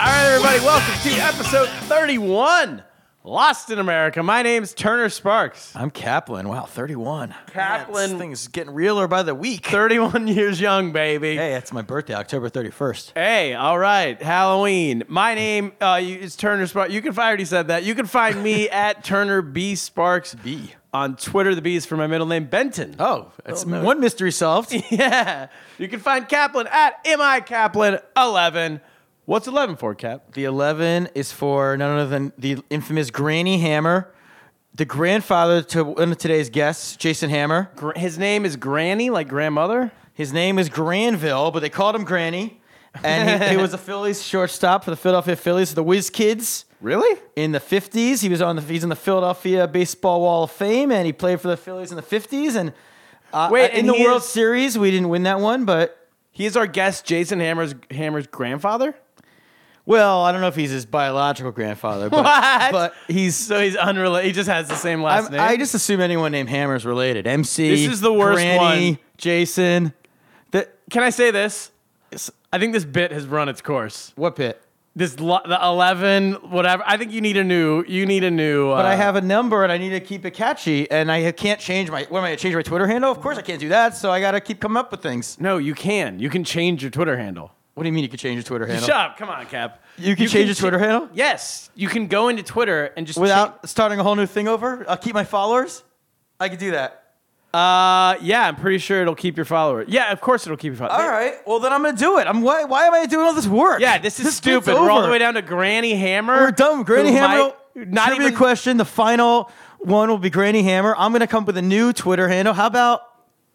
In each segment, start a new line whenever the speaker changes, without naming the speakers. All right, everybody, welcome to episode 31, Lost in America. My name's Turner Sparks.
I'm Kaplan. Wow, 31.
Kaplan.
Man, this thing's getting realer by the week.
31 years young, baby.
Hey, it's my birthday, October 31st.
Hey, all right, Halloween. My name uh, you- is Turner Sparks. You can find, I already said that. You can find me at Turner B Sparks
B.
on Twitter. The B is for my middle name, Benton.
Oh, that's one mystery solved.
yeah. You can find Kaplan at mi Kaplan 11. What's 11 for, Cap?
The 11 is for none other than the infamous Granny Hammer, the grandfather to one of today's guests, Jason Hammer.
Gr- His name is Granny, like grandmother.
His name is Granville, but they called him Granny. And he, he was a Phillies shortstop for the Philadelphia Phillies, the Whiz Kids.
Really?
in the 50s. He was on the he's in the Philadelphia Baseball Wall of Fame, and he played for the Phillies in the 50s. And uh,
Wait,
in
and
the
he
World
is-
Series, we didn't win that one, but
He is our guest, Jason Hammer's Hammer's grandfather.
well, I don't know if he's his biological grandfather, but,
What?
but he's.
So he's unrelated. He just has the same last
I'm,
name.
I just assume anyone named Hammer is related. MC.
This is the worst
Granny,
one.
Jason. The,
Can I say this? I think this bit has run its course.
what pit?
This lo- the eleven whatever. I think you need a new. You need a new. Uh,
But I have a number and I need to keep it catchy, and I can't change my. What am I gonna change my Twitter handle? Of course I can't do that, so I gotta keep coming up with things.
no. You can. You can change your Twitter handle.
What do you mean you can change your Twitter handle?
Shut up! Come on, Cap.
You can change your
cha-
Twitter handle?
Yes, you can go into Twitter and just
without starting a whole new thing over? I'll keep my followers. I could do that.
cha- uh, yeah, I'm pretty sure it'll keep your follower. Yeah, of course it'll keep your follower.
All right. Well, then I'm gonna do it. I'm why? Why am I doing all this work?
Yeah, this is
bit's
stupid. We're all the
over.
way down to Granny Hammer.
We're done. Granny
who
Hammer.
might- Not
trivia
even
question. The final one will be Granny Hammer. I'm gonna come up with a new Twitter handle. How about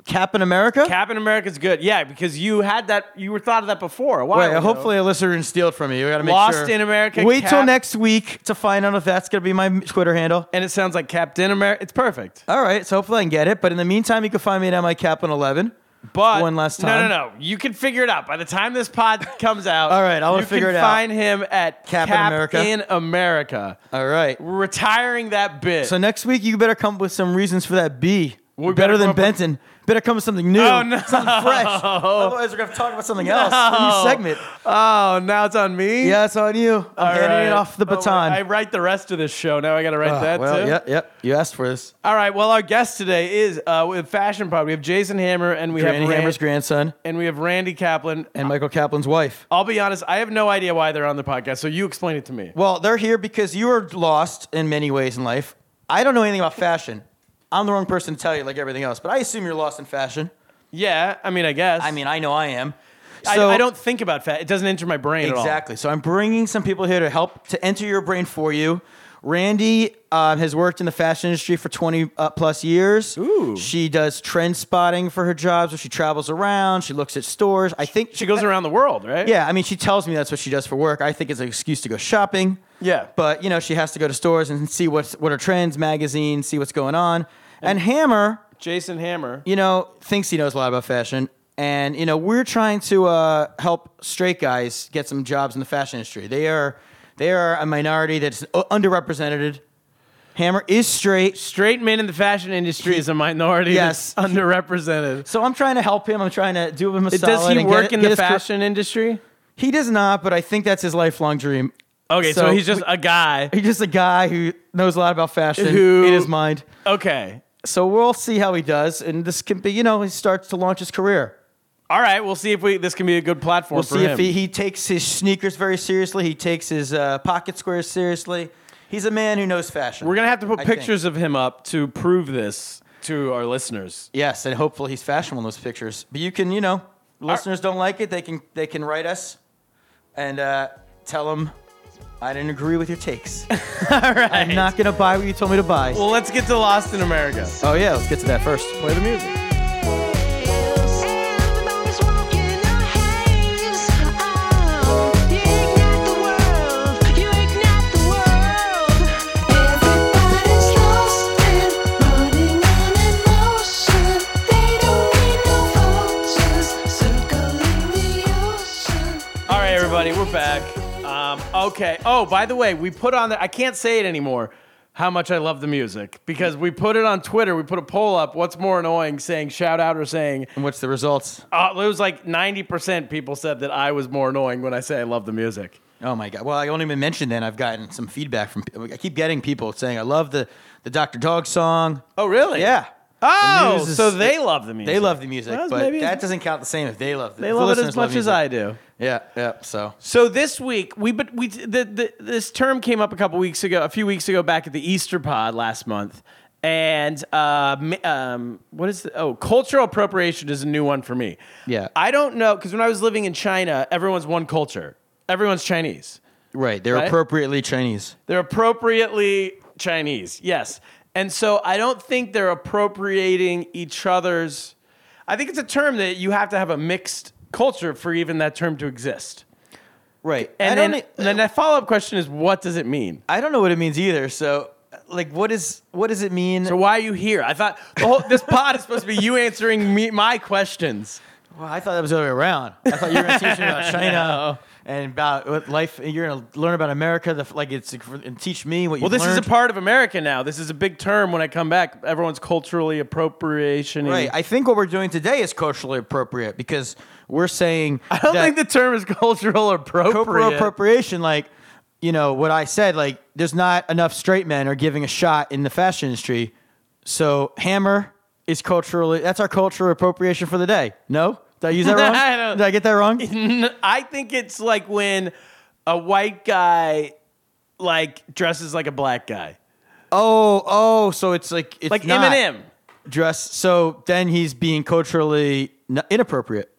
Captain America?
Captain America's good. Yeah, because you had that. You were thought of that before. A while
Wait,
ago.
hopefully a listener didn't steal it from you. We gotta make
Lost
sure.
in America,
Wait till
Cap-
next week to find out if that's gonna be my Twitter handle.
and it sounds like Captain America. It's perfect.
All right, so hopefully I can get it. But in the meantime, you can find me at my Kaplan 11.
But
One last
No, no,
time.
no. You can figure it out by the time this pod comes out.
All right, I wanna
you
figure
can
it out.
Find him at
Cap in America.
in America.
All right.
We're retiring that bit.
So next week you better come up with some reasons for that B.
We better
better
come
than
up with-
Benton. Better come with something new.
Oh, no.
Something fresh. Otherwise we're gonna have to talk about something else. A
No.
new segment.
oh, now it's on me.
Yeah, it's on you. I'm
All
handing
right.
it off the
Oh, wait,
baton.
I write the rest of this show. Now I got to write
Ah,
that
well,
too.
Yep, yep. You asked for this.
All right. Well, our guest today is uh, with Fashion Pod. We have Jason Hammer and we
Granny
have Ran-
Hammer's grandson
and we have Randy Kaplan.
and Michael Kaplan's wife.
I'll be honest, I have no idea why they're on the podcast, so you explain it to me.
Well, they're here because you are lost in many ways in life. I don't know anything about fashion. I'm the wrong person to tell you like everything else, but I assume you're lost in fashion.
Yeah, I mean, I guess.
I mean, I know I am.
I,
So-
I don't think about fat. It doesn't enter my brain at all.
Exactly. So I'm bringing some people here to help to enter your brain for you. Randy um, has worked in the fashion industry for 20 uh, plus years.
Ooh.
She does trend spotting for her jobs where she travels around, she looks at stores. I think
She goes around the world, right?
Yeah, I mean, she tells me that's what she does for work. I think it's an excuse to go shopping.
Yeah.
But, you know, she has to go to stores and see what's, what are trends, magazines, see what's going on. and Hammer
Jason Hammer.
you know, thinks he knows a lot about fashion. And, you know, we're trying to uh, help straight guys get some jobs in the fashion industry. They are they are a minority that's u- underrepresented. Hammer is straight.
Straight men in the fashion industry is a minority
Yes.
that's underrepresented.
So I'm trying to help him. I'm trying to do him a solid.
Does he
and
work
get-
in
get
the
his cor-
fashion industry?
he does not, but I think that's his lifelong dream.
Okay, so, he's just a guy.
he's just a guy who knows a lot about fashion
Who-
in his mind.
Okay.
So we'll see how he does, and this can be, you know, he starts to launch his career.
All right, we'll see if we this can be a good platform
We'll
for
see
him.
if he, he takes his sneakers very seriously. He takes his uh, pocket squares seriously. He's a man who knows fashion.
We're going to have to put
I think.
pictures of him up to prove this to our listeners.
Yes, and hopefully he's fashionable in those pictures. But you can, you know, listeners don't like it. They can they can write us and uh, tell them I didn't agree with your takes.
All right.
I'm not gonna buy what you told me to buy.
well, let's get to Lost in America.
oh yeah, let's get to that first.
Play the music.
Everybody's walking a haze. Oh, you ignite the world.
Um, okay. Oh, by the way, we put on the, I can't say it anymore how much I love the music because we put it on Twitter. We put a poll up. What's more annoying, saying shout out or saying,
And what's the results?
uh, it was like 90% people said that I was more annoying when I say I love the music.
Oh my god! Well, I won't even mention. Then I've gotten some feedback from. I keep getting people saying I love the the Doctor Dog song.
Oh, really?
Yeah. The
Oh,
news is-
so they love the music.
They love the music,
Well,
but
maybe-
that doesn't count the same if they love. The,
They
if the
love it
listeners
as much as
music.
I do.
Yeah, yeah. So
So this week we but we the, the this term came up a couple weeks ago, a few weeks ago back at the Easter Pod last month, and uh, mi- um, what is the, oh cultural appropriation is a new one for me.
Yeah.
I don't know because when I was living in China, everyone's one culture, everyone's Chinese.
right, they're
Right?
appropriately Chinese.
They're appropriately Chinese, yes. And so I don't think they're appropriating each other's. I think it's a term that you have to have a mixed culture for even that term to exist.
Right,
And
I
then,
don't, e,
then the follow up question is, what does it mean?
I don't know what it means either. So, like, what is what does it mean?
So why are you here? I thought the whole this pod is supposed to be you answering me my questions.
well, I thought that was the other way around. I thought you were going to teach me about China and about what life. You're going to learn about America, the, like it's and teach me what you.
Well, this is a part of America now. This is a big term. When I come back, everyone's culturally appropriation.
Right. I think what we're doing today is culturally appropriate because we're saying
I don't think the term is cultural
corporal
appropriate.
appropriation, like you know what I said, like there's not enough straight men are giving a shot in the fashion industry. So hammer is culturally that's our cultural appropriation for the day. No, did I use that wrong?
I don't-
did I get that wrong?
N- I think it's like when a white guy like dresses like a black guy,
oh, oh, so it's like it's
like
not
Eminem.
dress. So then he's being culturally n- inappropriate.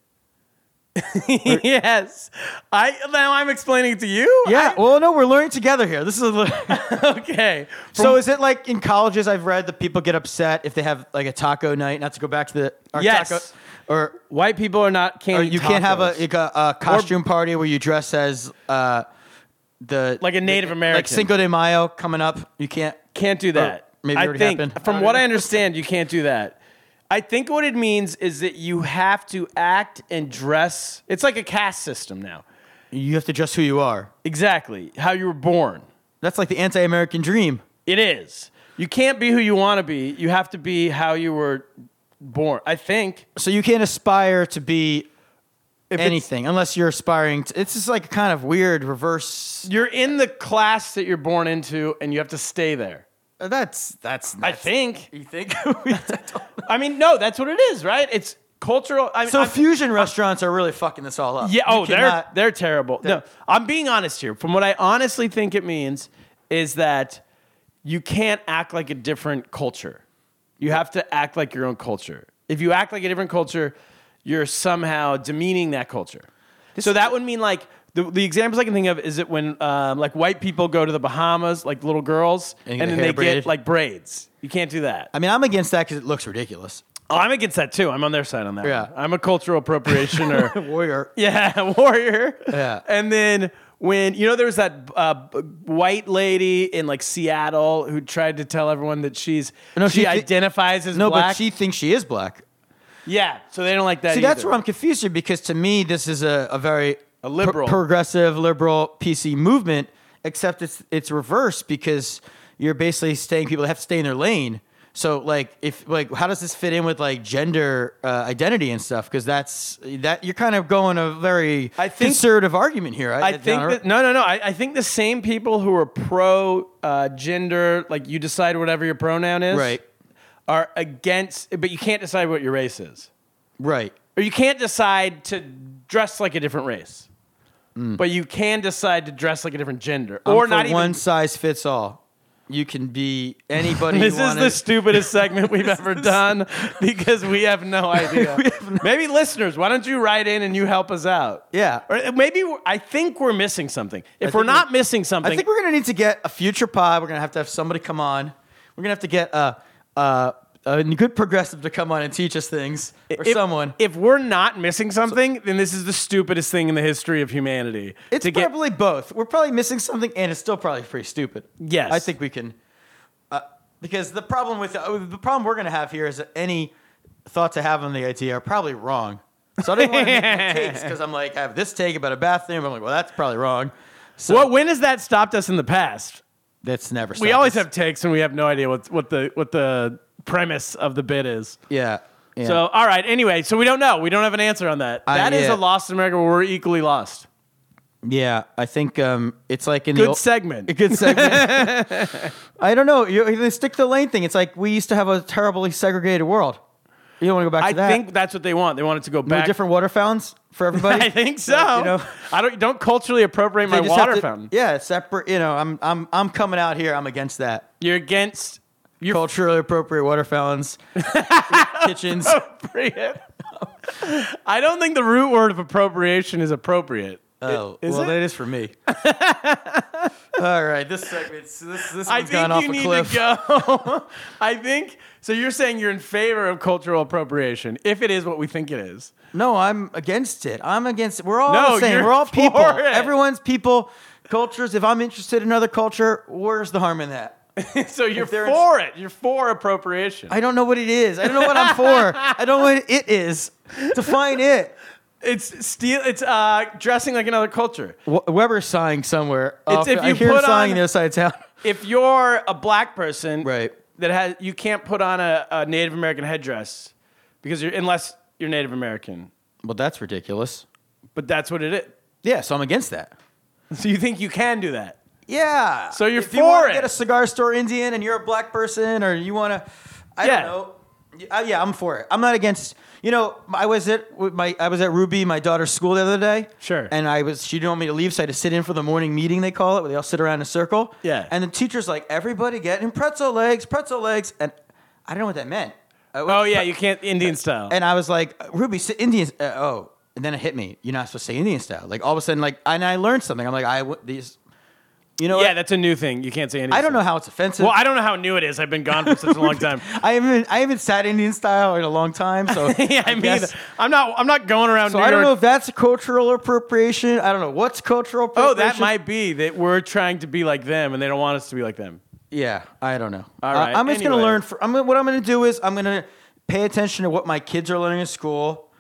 yes, I now I'm explaining it to you.
Yeah. well, no, we're learning together here. This is a.
I- okay.
So is it like in colleges? I've read that people get upset if they have like a taco night. Not to go back to the our
Yes.
taco, or
white people are not can't
or
eat
you can't have a,
tacos.
like a, a costume party where you dress as uh, the
Like a Native
like
American.
Cinco de Mayo coming up. You can't.
Can't do that.
maybe it
I
already
think,
happened.
From what I understand, you can't do that. I think what it means is that you have to act and dress. It's like a caste system now.
You have to dress who you are.
Exactly how you were born.
That's like the anti-American dream.
It is. You can't be who you want to be. You have to be how you were born. I think.
So you can't aspire to be
If it's-
anything unless you're aspiring. To, it's just like a kind of weird reverse.
You're in the class that you're born into, and you have to stay there.
uh, That's that's.
I think.
you think.
I mean, no, that's what it is, right? It's cultural. I mean,
So
I'm-
fusion restaurants are really fucking this all up.
Yeah.
You
Oh, they're
cannot-
they're terrible. no, I'm being honest here. From what I honestly think it means is that you can't act like a different culture. You have to act like your own culture. If you act like a different culture, you're somehow demeaning that culture. so that would mean like the, the examples I can think of is that when um, like white people go to the Bahamas, like little girls,
And
and,
get their
then
hair
they
braided.
get like braids. You can't do that.
I mean, I'm against that because it looks ridiculous.
Oh, I'm against that too. I'm on their side on that.
Yeah.
one. I'm a cultural appropriationer.
Warrior.
Yeah, warrior.
Yeah.
And then when you know there was that uh, b- white lady in like Seattle who tried to tell everyone that she's
No,
she,
she thi-
identifies as
No,
black.
but she thinks she is black.
yeah, so they don't like that.
See, that's
either.
where I'm confused here because to me, this is a, a very
A liberal.
progressive, liberal PC movement, except it's it's reversed because you're basically saying people have to stay in their lane. So, like, if like, how does this fit in with like gender uh, identity and stuff? Because that's that you're kind of going a very
I think-
conservative argument here.
I think that no, no, no. I, I think the same people who are pro uh, gender, like you decide whatever your pronoun is,
Right.
are against, but you can't decide what your race is,
right.
or you can't decide to dress like a different race. But you can decide to dress like a different gender,
Mm. I'm
or
for
not even
one size fits all. You can be anybody.
This
you
is
wanna-
the stupidest segment we've ever done because we have no idea. maybe listeners, why don't you write in and you help us out?
Yeah.
Or maybe we're- I think we're missing something. If
think
we're not
we're-
missing something,
I think we're gonna need to get a future pod. We're gonna have to have somebody come on. We're gonna have to get a uh, a good progressive to come on and teach us things or
if,
someone.
If we're not missing something, then this is the stupidest thing in the history of humanity.
it's
to get-
probably both. We're probably missing something, and it's still probably pretty stupid.
Yes.
I think we can. Uh, because the problem with uh, the problem we're gonna have here is that any thoughts I have on the idea are probably wrong. So I don't want to make mistakes because I'm like I have this take about a bathroom. I'm like, well, that's probably wrong. So
what when has that stopped us in the past?
that's never.
We
stopped
always
us.
have takes and we have no idea what what the what the premise of the bit is.
Yeah. yeah.
So all right, anyway, so we don't know. We don't have an answer on that.
I-
That is
yeah.
a lost in America where we're equally lost.
yeah, I think um, it's like in the
Good
old-
segment.
A good segment. I don't know. You, the stick to the lane thing. It's like we used to have a terribly segregated world. You don't want to go back
I
to that.
think that's what they want. They want it to go
no
back.
different water fountains for everybody.
I think so.
You know?
I don't don't culturally appropriate my
They just have
water
to-
fountain.
Yeah, separate. You know, I'm I'm I'm coming out here. I'm against that.
You're against your
Culturally appropriate water fountains, kitchens.
Oh, appropriate. I don't think the root word of appropriation is appropriate.
Oh,
Is
well,
it?
that is for me. All right, this segment, this this
I think
one's gone off
you
a
need
cliff.
to go. I think so. You're saying you're in favor of cultural appropriation if it is what we think it is.
No, I'm against it. I'm against it. We're all
No,
the same.
you're
We're all
for
people.
it.
Everyone's people. Cultures. If I'm interested in another culture, where's the harm in that?
so you're
they're in-
for it. You're for appropriation.
I don't know what it is. I don't know what I'm for. I don't know what it is. Define it.
it's steal. It's uh, dressing like another culture.
We- Weber's sighing somewhere. Off-
if
I
you
hear
put
him sighing
on-
the other side of town.
If you're a black person,
Right.
that has you can't put on a, a Native American headdress because you're unless you're Native American.
Well, that's ridiculous.
But that's what it is.
Yeah, so I'm against that.
So you think you can do that?
Yeah.
So you're
if you wanna
for it.
Get a cigar store Indian, and you're a black person, or you want to, I
Yeah.
don't know. Y- uh, yeah, I'm for it. I'm not against. You know, I was at with my I was at Ruby, my daughter's school, the other day.
Sure.
And I was she didn't want me to leave, so I had to sit in for the morning meeting they call it, where they all sit around in a circle.
Yeah.
And the teacher's like, "Everybody getting pretzel legs, pretzel legs," and I don't know what that meant. I-
Oh yeah, you can't Indian style.
and I was like, Ruby, sit Indian. Uh, oh, and then it hit me. You're not supposed to say Indian style. Like all of a sudden, like, and I learned something. I'm like, I w- these, you know, what?
yeah, that's a new thing. You can't say Indian.
I don't
style.
know how it's offensive.
Well, I don't know how new it is. I've been gone for such a long time.
I haven't I haven't sat Indian style in a long time, so
yeah, I, mean,
guess-
I'm not. I'm not going around.
So
New
I don't know
York.
if that's a cultural appropriation. I don't know what's cultural
Oh,
appropriation.
that might be that we're trying to be like them, and they don't want us to be like them.
Yeah, I don't know.
All right,
I, am just gonna
anyway.
learn. For, I'm gonna, what I'm gonna do is I'm gonna pay attention to what my kids are learning in school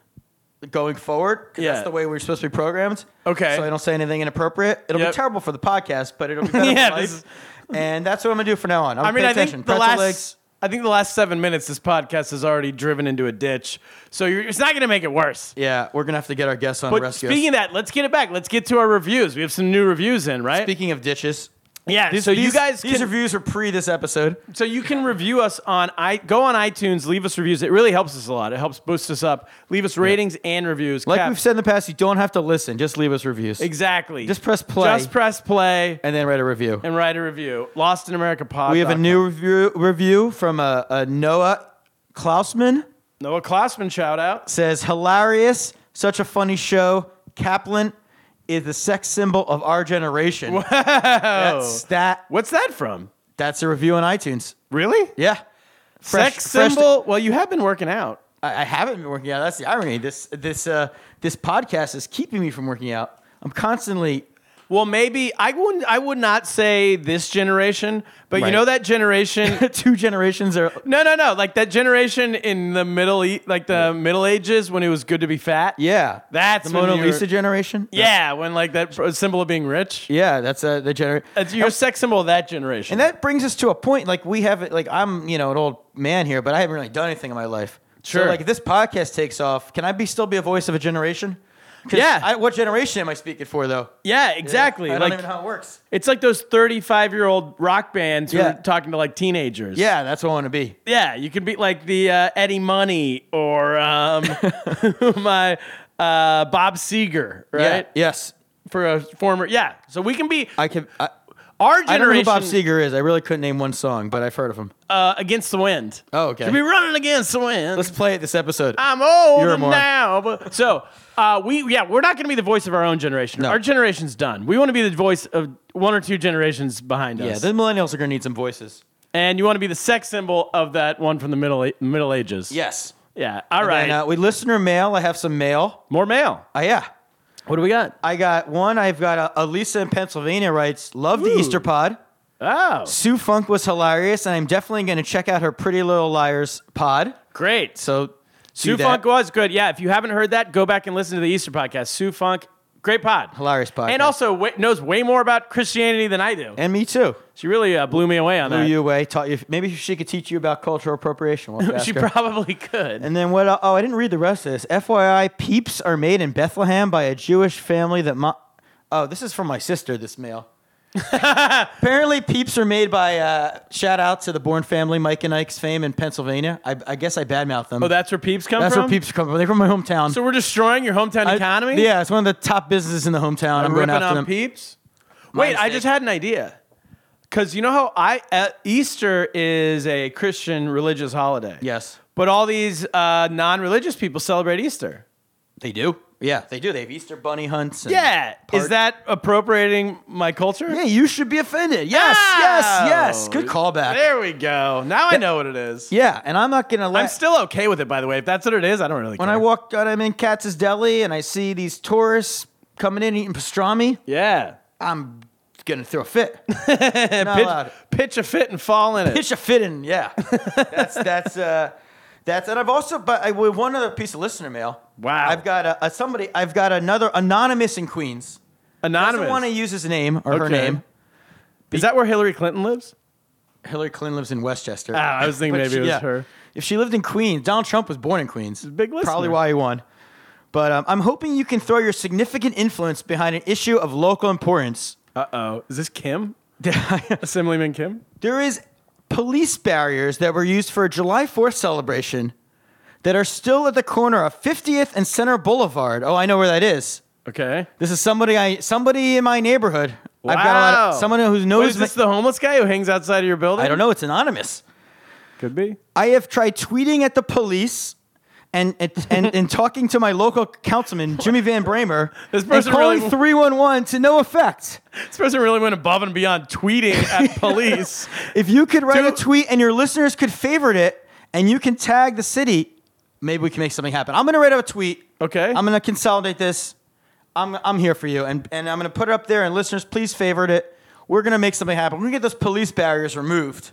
going forward. 'cause
Yeah.
that's the way we're supposed to be programmed.
Okay.
so I don't say anything inappropriate. It'll
Yep.
be terrible for the podcast, but it'll be better
Yeah,
for life.
this is-
and that's what I'm gonna do for now on. I'm
I mean,
pay
I think
attention.
the
Pretzel
last.
legs.
I think the last seven minutes, this podcast has already driven into a ditch. So you're, it's not going to make it worse.
Yeah, we're gonna have to get our guests on
But
rescue. us.
speaking of that, let's get it back. Let's get to our reviews. We have some new reviews in, right?
Speaking of ditches.
yeah.
These-
so you
these-
guys
these
can
reviews are pre this episode.
So you can review us on i go on iTunes, leave us reviews. It really helps us a lot. It helps boost us up. Leave us ratings and reviews.
Like
Cap-
we've said in the past, you don't have to listen. Just leave us reviews.
exactly.
Just press play.
Just press play
and then write a review.
and write a review. Lost in America pod.
We have a new review, review from a, a Noah Klausman.
Noah Klassman shout out.
Says hilarious, such a funny show. Kaplan is the sex symbol of our generation. That's that.
Oh. What's that from?
That's a review on iTunes.
Really?
Yeah. Fresh-
Sex
fresh-
symbol. well, you have been working out.
I, I haven't been working out. That's the irony. This this uh, this podcast is keeping me from working out. I'm constantly
Well, maybe I wouldn't. I would not say this generation, but you
Right.
know that generation
two generations are
No, no, no. Like that generation in the middle, E- like the Middle Ages, when it was good to be fat.
Yeah,
That's
the
when
Mona
you were-
Lisa generation.
Yeah, when like that pro- symbol of being rich.
yeah, that's uh, the generation.
It's your sex symbol of that generation.
And that brings us to a point. Like we have, like I'm, you know, an old man here, but I haven't really done anything in my life.
Sure.
So, like, if this podcast takes off, can I be still be a voice of a generation? 'Cause
Yeah.
I, what generation am I speaking for, though?
yeah, exactly.
I don't
like
even know how it works.
it's like those thirty-five-year-old rock bands who
Yeah.
are talking to like teenagers.
Yeah, that's what I want to be.
yeah. You could be like the uh, Eddie Money or um, my uh, Bob Seger, right?
Yeah. Yes.
For a former, yeah. So we can be
I can. I,
our generation.
I don't know who Bob Seger is. I really couldn't name one song, but I've heard of him.
uh, against the wind.
Oh, okay.
Could be running against the wind.
Let's play it this episode.
I'm older
a moron.
now. But, so uh, we, yeah, we're not going to be the voice of our own generation.
No.
Our generation's done. We want to be the voice of one or two generations behind
yeah,
us.
the millennials are gonna need some voices.
and you want to be the sex symbol of that one from the Middle Middle Ages.
Yes.
Yeah. All right.
And uh, we listener mail. I have some mail.
More mail.
Uh, yeah.
What do we got?
I got one. I've got a, a Lisa in Pennsylvania writes, "Love the
Ooh.
Easter Pod.
Oh,
Sue Funk was hilarious, and I'm definitely going to check out her Pretty Little Liars pod.
great.
So, do
Sue
that.
Funk was good. Yeah. If you haven't heard that, go back and listen to the Easter podcast. Sue Funk Great pod.
Hilarious podcast.
And also wa knows way more about Christianity than I do.
and me too.
She really uh, blew me away on
Blew
that.
you away. Taught you. Maybe she could teach you about cultural appropriation. We'll have to
she
ask her.
probably could.
And then what? Oh, I didn't read the rest of this. FYI, peeps are made in Bethlehem by a Jewish family that. Mo- oh, this is from my sister. This mail. Apparently, peeps are made by. Uh, shout out to the Bourne family, Mike and Ike's fame in Pennsylvania. I, I guess I badmouth them.
oh, that's where peeps come
That's
from.
where peeps come from. They're from my hometown.
So we're destroying your hometown
I-
economy.
yeah, it's one of the top businesses in the hometown. I'm
I'm
going
ripping
after
on
them.
peeps. Wait, I
mistake.
just had an idea. Because you know how I uh, Easter is a Christian religious holiday.
Yes.
But all these uh, non-religious people celebrate Easter.
They do. Yeah, they do. They have Easter bunny hunts. and
Yeah.
part-
Is that appropriating my culture?
Yeah, you should be offended. Yes,
Oh.
yes, yes. Good callback.
There we go. Now I know what it is.
Yeah, and I'm not gonna
I'm
let.
still okay with it, by the way. If that's what it is, I don't really
when
care.
I walked out, I'm in Katz's Deli, and I see these tourists coming in eating pastrami.
yeah.
I'm gonna throw a fit. Not allowed.
Pitch, pitch a fit and fall in it.
Pitch a fit in. Yeah, that's that's uh, that's. And I've also, but I with one other piece of listener mail.
Wow.
I've got a, a somebody. I've got another anonymous in Queens.
Anonymous.
Doesn't want to use his name or her
Okay.
name.
is that where Hillary Clinton lives?
Hillary Clinton lives in Westchester.
Ah, I was thinking
But
maybe it was her.
If she lived in Queens, Donald Trump was born in Queens.
big listener.
Probably why he won. But um, I'm hoping you can throw your significant influence behind an issue of local importance.
Uh oh. Is this Kim? Assemblyman Kim?
There is police barriers that were used for a July 4th celebration that are still at the corner of 50th and Center Boulevard. Oh, I know where that is.
Okay.
This is somebody I somebody in my neighborhood. I've got a lot of
Wow.
someone who knows
What, is
my-
this the homeless guy who hangs outside of your building?
I don't know, it's anonymous.
Could be.
I have tried tweeting at the police and and, and, and talking to my local councilman, Jimmy Van Bramer,
This
and
person really-
calling 311 to no effect.
This person really went above and beyond tweeting at police.
If you could write
Dude.
a tweet and your listeners could favorite it and you can tag the city, maybe we can make something happen. I'm going to write up a tweet.
Okay.
I'm going to consolidate this. I'm, I'm here for you. And, and I'm going to put it up there, and listeners, please favorite it. We're going to make something happen. We're going to get those police barriers removed.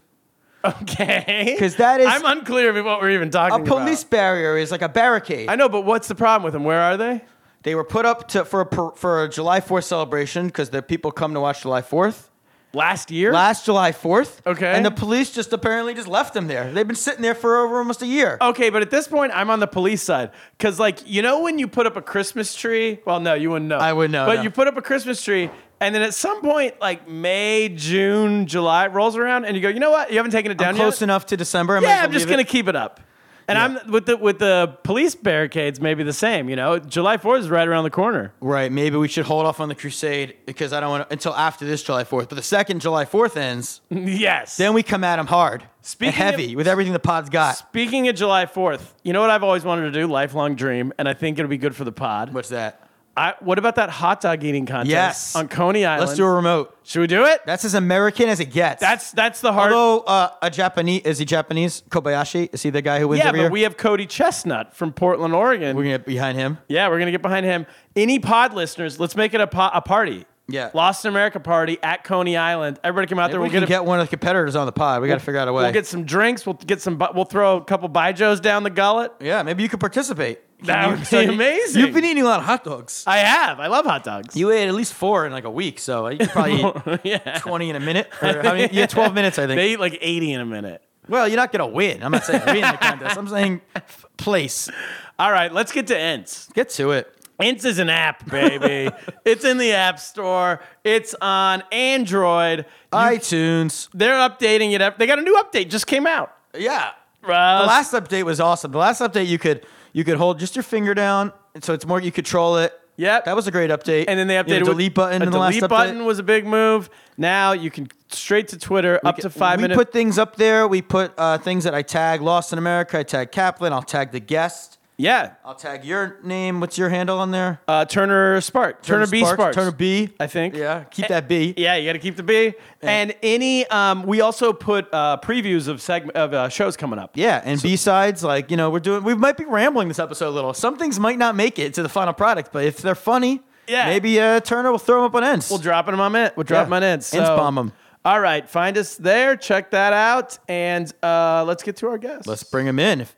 okay.
'Cause that is-
I'm unclear of what we're even
A
talking
police
about.
barrier is like a barricade.
I know, but what's the problem with them? Where are they?
They were put up to, for a per- for a July Fourth celebration because the people come to watch July Fourth.
Last year?
Last July Fourth,
Okay.
and the police just apparently just left them there. They've been sitting there for over almost a year.
Okay, but at this point, I'm on the police side because, like, you know, when you put up a Christmas tree. Well, no, you wouldn't know.
I wouldn't know,
But
no.
you put up a Christmas tree, and then at some point, like May, June, July rolls around, and you go, you know what? You haven't taken it down
I'm
yet.
close enough to December. I might as
Yeah,
well
I'm just
leave
gonna
it.
keep it up. And I'm with the with the police barricades, maybe the same. You know, July 4th is right around the corner.
Right, maybe we should hold off on the crusade because I don't want to until after this July Fourth. But the second July Fourth ends,
yes.
then we come at them hard,
Speaking
and heavy
of-
with everything the pod's got.
Speaking of July 4th, you know what I've always wanted to do? Lifelong dream, and I think it'll be good for the pod.
What's that?
I, what about that hot dog eating contest
Yes.
on Coney Island?
Let's do a remote.
Should we do it?
That's as American as it gets.
That's that's the hard.
although uh, a Japanese is he Japanese? Kobayashi is he the guy who wins
yeah,
every
but
year?
we have Cody Chestnut from Portland, Oregon.
We're gonna get behind him.
yeah, we're gonna get behind him. Any pod listeners, let's make it a, po- a party.
Yeah.
Lost in America party at Coney Island. Everybody come out there.
we
we'll
can
get, a,
get one of the competitors on the pod. We got to figure out a way.
We'll get some drinks. We'll get some. bu- We'll throw a couple bijos down the gullet.
yeah, maybe you could participate.
That
You-
would be
so you-
amazing.
You've been eating a lot of hot dogs.
I have. I love hot dogs.
You ate at least four in like a week, so you could probably eat
yeah.
20 in a minute. Or, I mean, yeah, 12 minutes, I think.
They eat like eighty in a minute.
well, you're not going to win. I'm not saying win the contest. I'm saying f- place.
All right, let's get to Ents.
Get to it.
Ents is an app, baby. it's in the App Store. It's on Android. You-
iTunes.
they're updating it. up- They got a new update just came out.
Yeah.
Uh,
The last update was awesome. The last update you could you could hold just your finger down, so it's more you control it.
Yep.
That was a great update.
and then they
You
updated
had a delete button
A
in the last
delete
update.
button was a big move. Now you can straight to Twitter up to five
we
minutes.
put things up there. We put uh, things that I tag Lost in America. I tag Kaplan. I'll tag the guest.
yeah,
I'll tag your name. What's your handle on there?
uh, Turner Spark, Turner, B
Sparks,
Sparks,
Turner B.
I think.
Yeah, keep
A-
that B.
Yeah, you got to keep the B. And any, um, we also put uh, previews of segment of uh, shows coming up.
Yeah, and B sides, like you know, we're doing. We might be rambling this episode a little. Some things might not make it to the final product, but if they're funny,
Yeah.
maybe uh, Turner will throw them up on ends.
We'll drop them on it. We'll drop
Yeah.
them on it. So,
Ents bomb 'em.
All right, find us there. Check that out, and uh, let's get to our guest.
Let's bring him in. If-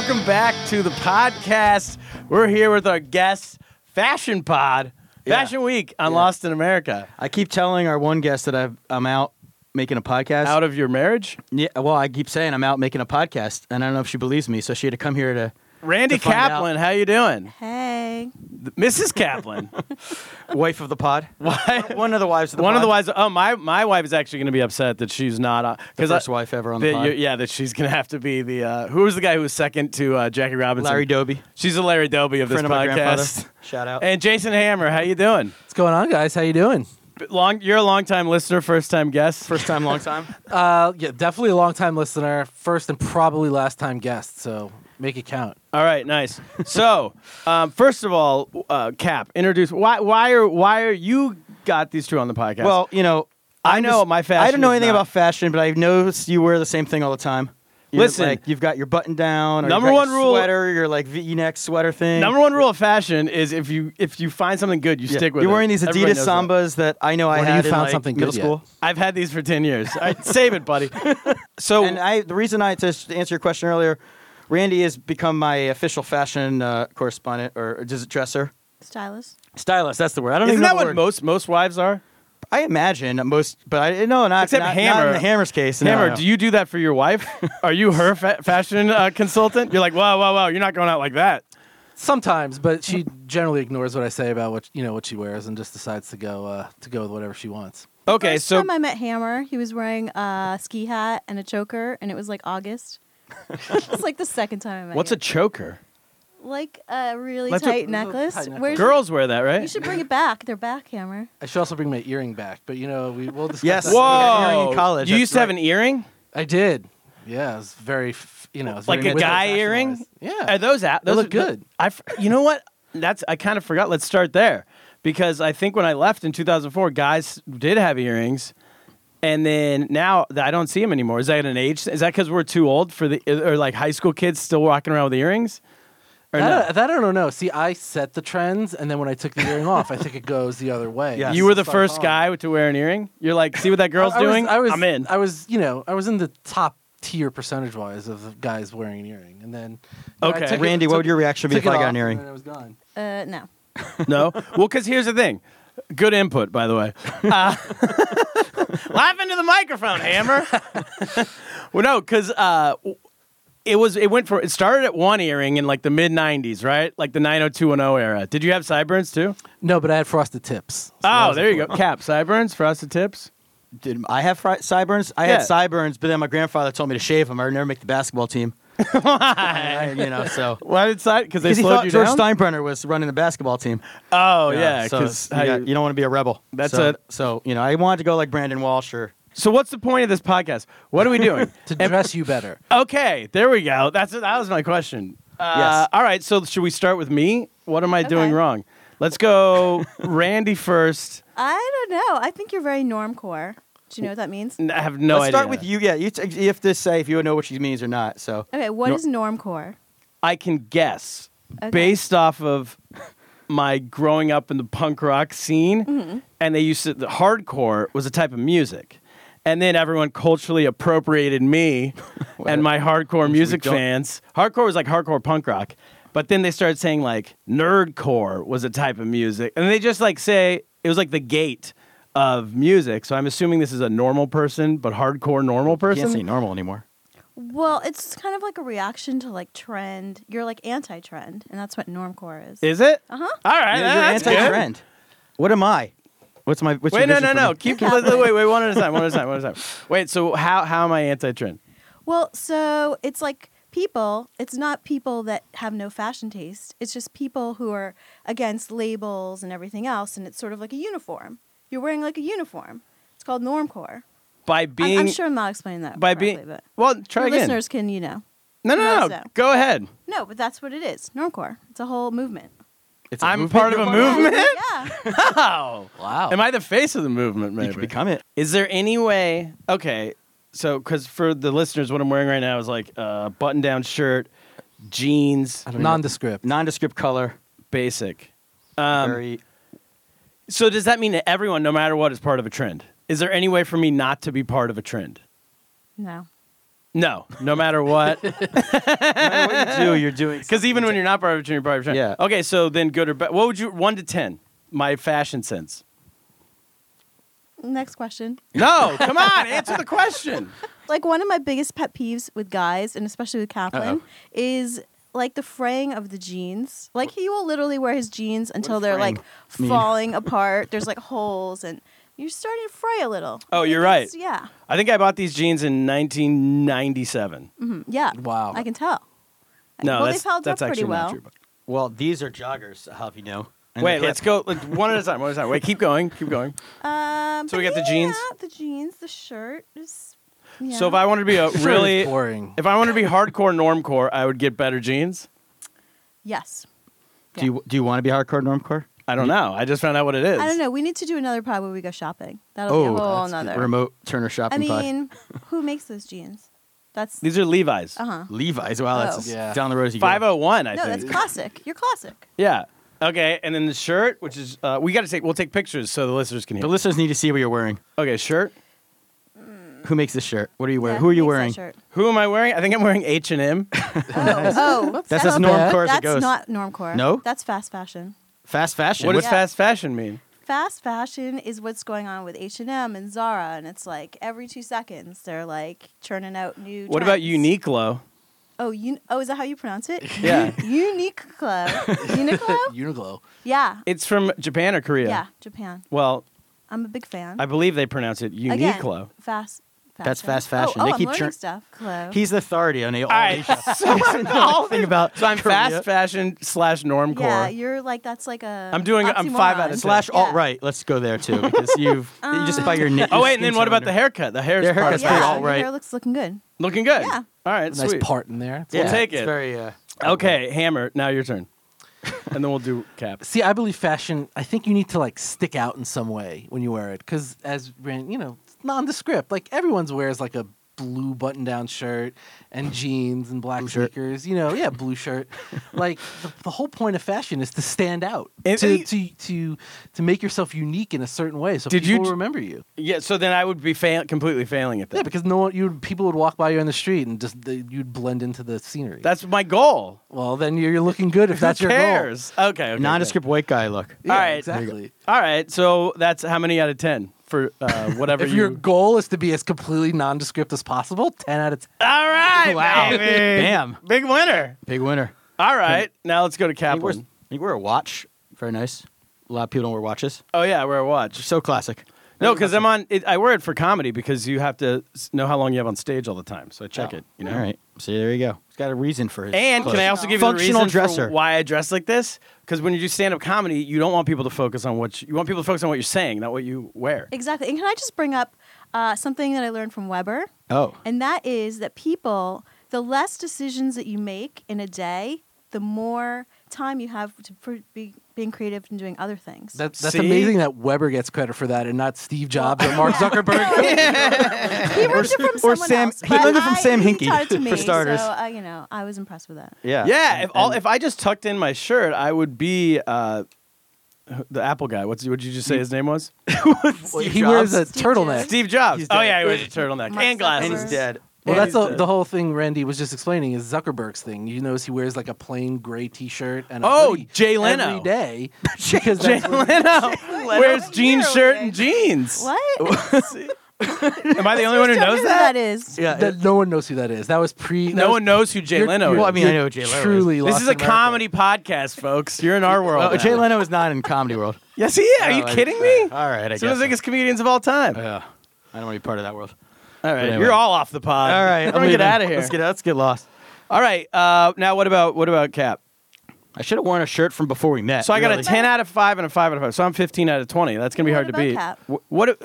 Welcome back to the podcast. We're here with our guest, Fashion Pod, Fashion Week on Lost in America.
I keep telling our one guest that I've, I'm out making a podcast.
Out of your marriage,
Yeah, well, I keep saying I'm out making a podcast, and I don't know if she believes me, so she had to come here to
Randy
To find out.
Kaplan. How you doing,
Hey.
Mrs. Kaplan?
wife of the pod.
Why?
One of the wives of the
One of
pod.
the wives. Oh, my my wife is actually going to be upset that she's not
The
because
first wife ever on the,
That
pod.
you- yeah, that she's gonna have to be the uh, who was the guy who was second to uh, Jackie Robinson?
Larry Doby,
She's a Larry Doby of this
friend of my grandfather.
podcast.
Shout out.
And Jason Hammer, how you doing?
What's going on, guys? How you doing?
Long, you're a long time listener, first time guest.
First time, long time.
Uh, yeah, definitely a long time listener, first and probably last time guest. So make it count.
All right, nice. So, um, first of all, uh, Cap, introduce why why are why are you got these two on the podcast?
well, you know,
I
I'm
know what my
I
fashion
don't know
is
anything
not.
about fashion, but I notice you wear the same thing all the time. You're
Listen.
like, you've got your button down. Or
Number
you've got
one
your
rule-
sweater, your like V-neck sweater thing.
number one rule of fashion is if you if you find something good, you
Yeah.
stick with
You're
it.
wearing these
Everybody knows
Adidas
that.
Sambas that I know I
When have
had
you
in,
found
like,
something good
middle
yet?
school.
I've had these for ten years. All right, save it, buddy. So
And uh, I, the reason I to s- to answer your question earlier, Randy has become my official fashion uh, correspondent or just dresser,
Stylist.
stylist. That's the word. I don't
isn't
even know
that
the
what
word.
most most wives are?
I imagine that most, but I no, not
Except
not, Not
Hammer.
in the Hammer's case. no,
Hammer,
no.
do you do that for your wife? Are you her fa- fashion uh, consultant? You're like, wow, wow, wow. You're not going out like that.
Sometimes, but she generally ignores what I say about what you know what she wears and just decides to go uh, to go with whatever she wants.
Okay,
First
so
time I met Hammer, he was wearing a ski hat and a choker, and it was like August. it's like the second time I met
what's a
him.
choker?
like a really
That's a-
tight necklace?
tight necklace.
Where's your-
Girls wear that, right?
You should bring it back. They're back, Hammer.
I should also bring my earring back, but you know we will discuss.
Yes.
That
Whoa.
Whoa!
Earring in college,
you
that's
used to have an earring,
I did. Yeah, it's very f- you know it's
like
very
a
mid-
guy
fashion-wise.
earring.
Yeah,
Are those out? Those
look
are-
good.
I, f- you know what? That's I kind of forgot. Let's start there because I think when I left in 2004, guys did have earrings, and then now th- I don't see them anymore. Is that an age? Is that because we're too old for the or like high school kids still walking around with earrings? Or
that, uh,
no?
I, that I don't know. See, I set the trends, and then when I took the earring off, I think it goes the other way.
Yes.
You were the
It's like,
first
oh.
guy to wear an earring. You're like, see what that girl's
I- I was-
doing?
I was,
I'm in.
I was, you know, I was in the top tier percentage wise of guys wearing an earring, and then you know, I
Okay.
took it-
Randy, what
took-
would your reaction be
took
if
it
I
off,
got an earring?
And then it was gone.
Uh, no.
no? Well, because here's the thing. Good input, by the way. Uh, laugh into the microphone, Hammer. well, no, because uh, it was it went for it started at one earring in like the mid '90s, right? Like the 90210 era. Did you have sideburns too?
No, but I had frosted tips.
oh, there you go. Cap sideburns, frosted tips.
Did I have fri- sideburns? I
Yeah.
had sideburns, but then my grandfather told me to shave them. I would never make the basketball team. I- you know, so
Why did side? Because they
because he
slowed
thought
you
George
down.
Steinbrenner was running the basketball team.
oh yeah,
Uh, so
because
you, got- you don't want to be a rebel.
That's
so,
a-
so you know I wanted to go like Brandon Walsh or
So what's the point of this podcast? What are we doing?
To dress you better.
Okay, there we go. That's that was my question. Uh,
Yes.
All right. So should we start with me? What am I doing
Okay.
wrong? Let's go, Randy first.
I don't know. I think you're very normcore. Do you know what that means?
N- I have no
Let's
idea.
start with you. Yeah, you, t- you have to say if you know what she means or not. So
Okay, what is normcore?
I can guess
Okay.
based off of my growing up in the punk rock scene,
Mm-hmm.
and they used to the hardcore was a type of music. And then everyone culturally appropriated me and my hardcore music
don't-
fans. Hardcore was like hardcore punk rock. But then they started saying like nerdcore was a type of music. And they just like say it was like the gate of music. So I'm assuming this is a normal person, but hardcore normal person.
can't say normal anymore.
Well, it's kind of like a reaction to like trend. You're like anti-trend, and that's what normcore is.
Is it? Uh-huh. All right,
You're-
that-
you're
that's good.
anti-trend. What am I? What's my? What's
Wait,
your
no,
vision
no,
for
no.
me?
Keep wait, wait, wait, one at a time, one at a time, one at a time. Wait, so how how am I anti-trend?
Well, so it's like people, it's not people that have no fashion taste. It's just people who are against labels and everything else, and it's sort of like a uniform. You're wearing like a uniform. It's called normcore.
By
I'm,
being
I'm sure I'm not explaining that
by
correctly,
being
but
well, try
your
again.
listeners can, you know.
no, no, no.
knows that.
Go ahead.
No, but that's what it is. Normcore. It's a whole movement.
It's a
I'm
movement.
part of a movement.
Yeah.
Wow.
Oh.
Wow.
Am I the face of the movement?
You
Maybe.
can become it.
Is there any way? Okay, so because for the listeners, what I'm wearing right now is like a button-down shirt, jeans,
Nondescript.
Nondescript color.
basic. Um,
very.
so does that mean that everyone, no matter what, is part of a trend? Is there any way for me not to be part of a trend?
No.
No, no matter what.
what you do, you're doing.
Because even when you're not Barbara Streisand, you're Barbara Streisand.
Yeah.
Okay, so then good or bad. What would you one to ten? My fashion sense.
Next question.
No, come on, answer the question.
Like one of my biggest pet peeves with guys, and especially with Kaplan, is like the fraying of the jeans. Like he will literally wear his jeans until they're
fraying
like falling apart. There's like holes, and you're starting to fray a little.
Oh, you're right.
It's- yeah,
I think I bought these jeans in 1997.
Mhm. yeah.
Wow.
I can tell.
No,
well,
that's
they've held
that's
up pretty
actually
well.
not true. but-
Well, these are joggers. How if you know? And
Wait,
the
let's
hip.
go let- one at a time. One at a time. Wait, keep going. Keep going.
Um,
So
but
we got the
yeah,
jeans?
the jeans, the shirt. Is,
So if I wanted to be a
Sure, it's
really,
boring.
if I wanted to be hardcore normcore, I would get better jeans.
yes,
Do you do you want to be hardcore normcore?
I don't know. I just found out what it is.
I don't know. We need to do another pod where we go shopping. That'll
Oh,
be a whole
Oh, that's the
Oh, another.
remote Turner
I
shopping pod.
mean, who makes those jeans? That's
These are Levi's.
uh huh.
Levi's. Wow, that's
Oh.
as
Yeah.
down the road as you go.
501, I
No,
think.
that's classic. You're classic.
oh, Yeah. Okay, and then the shirt, which is uh, we got to take. We'll take pictures so the listeners can
The
hear.
listeners need to see what you're wearing.
okay, shirt.
Who makes this shirt? What are you wearing?
Yeah,
Who are you
makes that
wearing?
shirt.
Who am I wearing? I think I'm wearing H and M.
Oh, oh,
That's as normcore as it
That's
goes.
not normcore.
No?
that's fast fashion.
Fast fashion.
What does
Yeah.
fast fashion mean?
Fast fashion is what's going on with H and M and Zara, and it's like every two seconds they're like churning out new.
What about
trends.
Uniqlo?
Oh, you. Oh, is that how you pronounce it?
Yeah.
Uniqlo. Uniqlo.
Uniqlo.
Yeah.
It's from Japan or Korea.
Yeah, Japan.
Well,
I'm a big fan.
I believe they pronounce it Uniqlo.
Again, fast. Fashion.
That's fast
Oh,
fashion.
Oh,
They
I'm
keep
learning
churn-
stuff. Clo.
He's the authority on the all
All right.
these shops. I know everything about
Oh, So I'm
Korea.
fast fashion slash normcore.
Yeah, you're like that's like a.
I'm doing- I'm five out of
oxymoron.
ten.
slash
Yeah. Um,
alt right. Let's go there too because you've you just by your name.
Oh wait, and then what about the haircut? The hair's
Their
part is
haircut's
Yeah,
pretty
your
alt-right.
hair looks looking good.
looking good.
Yeah.
All right,
A nice
sweet.
part in there.
We'll take
it's
it.
Very. Uh,
Okay, Hammer. Now your turn, and then we'll do cap.
See, I believe fashion. I think you need to like stick out in some way when you wear it, because as Rand- you know, it's nondescript. Like everyone's wears like a blue button-down shirt and jeans and black
shirt.
sneakers. You know, yeah, blue shirt. like the, the whole point of fashion is to stand out,
And-
to,
and-
to to to make yourself unique in a certain way, so
Did you
people
j-
remember you.
Yeah. So then I would be fail- completely failing at that.
Yeah, because no one, you people would walk by you on the street and just the, you'd blend into the scenery.
that's my goal.
well, then you're, you're looking good if that's
Who
your goal.
cares? Okay, okay. okay.
nondescript white guy look.
Yeah,
All right.
exactly.
All right. So that's how many out of ten for uh, whatever
If
you.
your goal is to be as completely nondescript as possible, 10 out of 10.
All right.
Wow.
baby.
Bam.
Big winner.
Big winner.
All right. Now let's go to
He wears,
Kaplan.
he wear a watch. Very nice. A lot of people don't wear watches.
Oh yeah, I wear a watch.
So classic.
No, because I'm on. It, I wear it for comedy because you have to s- know how long you have on stage all the time. So I check it. You know.
All right. See, there you go. He's got a reason for his.
And can I also give you the
Functional
reason
dresser.
for why I dress like this? Because when you do stand up comedy, you don't want people to focus on what you, you want people to focus on what you're saying, not what you wear.
Exactly. And can I just bring up uh, something that I learned from Weber?
Oh.
And that is that people, the less decisions that you make in a day, the more time you have to pr- be being creative and doing other things.
That, that's
See?
amazing that Weber gets credit for that and not Steve Jobs or Mark Zuckerberg.
he learned it from
or
someone
Sam-
else.
he
but
learned it from
I-
Sam
he
Hinkie,
taught it to
for
me,
starters.
So, uh, you know, I was impressed with that.
Yeah.
Yeah, if all
And-
if I just tucked in my shirt, I would be uh, the Apple guy. What's what did you just say his name was?
he wears a
Steve
turtleneck.
Jobs.
Steve Jobs.
He's
Oh
dead.
yeah, he wears a turtleneck
Mark
and glasses.
And he's dead.
Well, that's
He's
the,
dead.
the whole thing Randy was just explaining is Zuckerberg's thing. You notice he wears like a plain gray T-shirt and a
Oh,
hoodie
Jay Leno.
every day because
Jay
that's what-
Leno wears jean
You're
shirt
okay.
and jeans.
What?
Am I the only one who
Don't know
knows
who
that?
that is.
Yeah.
that no one knows who that is. That was pre. that
No
was-
one knows who Jay
you're-
Leno
you're-
is.
Well, I mean, I know
you're
Jay Leno is.
Truly,
this
lost
is
in
a
America.
comedy podcast, folks. You're in our world.
Oh,
now.
Jay Leno is not in comedy world.
Yes, he is. Are you
Oh, I-
kidding me?
All right, I
It's one of
guess.
the biggest comedians of all time.
Yeah. I don't want to be part of that world.
all right,
anyway.
you're all off the pod.
All right,
I'm
I'm
gonna get
leaving.
out of here.
Let's get let's get lost.
all right, uh, now what about what about Cap?
I should have worn a shirt from before we met.
So I got a
Uh, really.
ten out of five and a five out of five. So I'm fifteen out of twenty. That's gonna be
What
hard to
about
beat.
Cap?
Wh- What? if-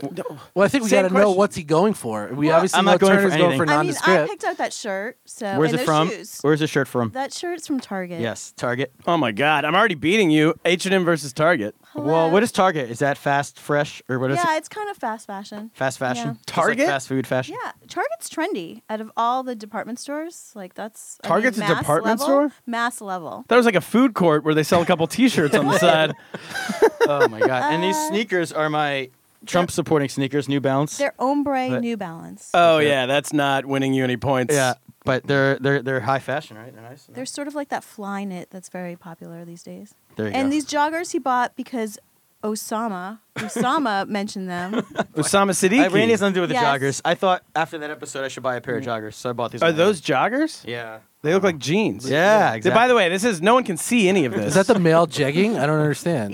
Well, I think we
Same
got to know
question.
what's he going for. We
Well,
obviously
I'm
know
not going for
Turner's going for
anything.
I mean,
nondescript.
I picked out that shirt. So
Where's
and
it
those
from?
Shoes.
Where's the shirt from?
That shirt's from Target.
yes, Target.
oh my God, I'm already beating you. H and M versus Target.
Well,
Hello?
what is Target? Is that fast, fresh, or what is
Yeah,
it?
it's kind of fast fashion.
Fast fashion.
Yeah.
Just like
Target?
fast food fashion.
Yeah, Target's trendy. Out of all the department stores, like that's I mean,
Target's a
mass
department
level-
store?
Mass level.
That was like a food court where they sell a couple T-shirts on the side.
Uh,
Oh my god! and these sneakers are my Trump supporting sneakers, New Balance.
They're ombre
But- Uh,
New Balance.
Oh yeah, that's not winning you any points.
yeah, but they're they're they're high fashion, right? They're nice.
They're sort of like that fly knit that's very popular these days.
There you
and
go.
these joggers he bought because Osama Osama mentioned them.
Osama
I, Randy has
Siddiqui.
nothing to do with
Yes. Mm.
the joggers. I thought after that episode I should buy a pair of joggers, so I bought these.
Are
online.
those joggers?
Yeah.
They look like jeans.
Yeah. Exactly.
By the way, this is no one can see any of this.
Is that the male jegging? I don't understand.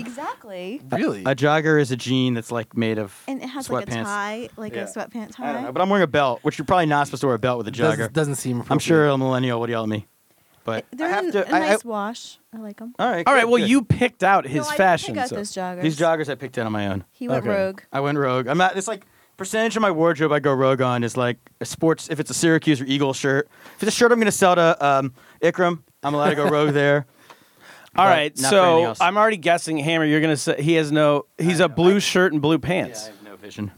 exactly.
Really?
a jogger is a jean that's like made of
And it has like a
sweatpants.
tie, like
Yeah.
a sweatpant tie.
I don't know, but I'm wearing a belt, which you're probably not supposed to wear a belt with a jogger.
doesn't, doesn't seem.
I'm sure
appropriate.
a millennial would yell at me, but
They're
I
in
have
a
to. I- Uh, I-
nice wash. I like them.
all right.
All right.
good,
Well,
good.
you picked out his
no, I
fashion.
I got
so-
those joggers.
These joggers I picked out on my own.
He went
Okay.
rogue.
I went rogue. I'm not. It's like percentage of my wardrobe I go rogue on is like a sports. If it's a Syracuse or Eagle shirt, if it's a shirt I'm going to sell to um, Ikram, I'm allowed to go rogue there.
All
but
right.
not for
So
anything else.
I'm already guessing. Hammer, you're gonna say he has no. He's a blue shirt and blue
Yeah, I
pants.
have no vision.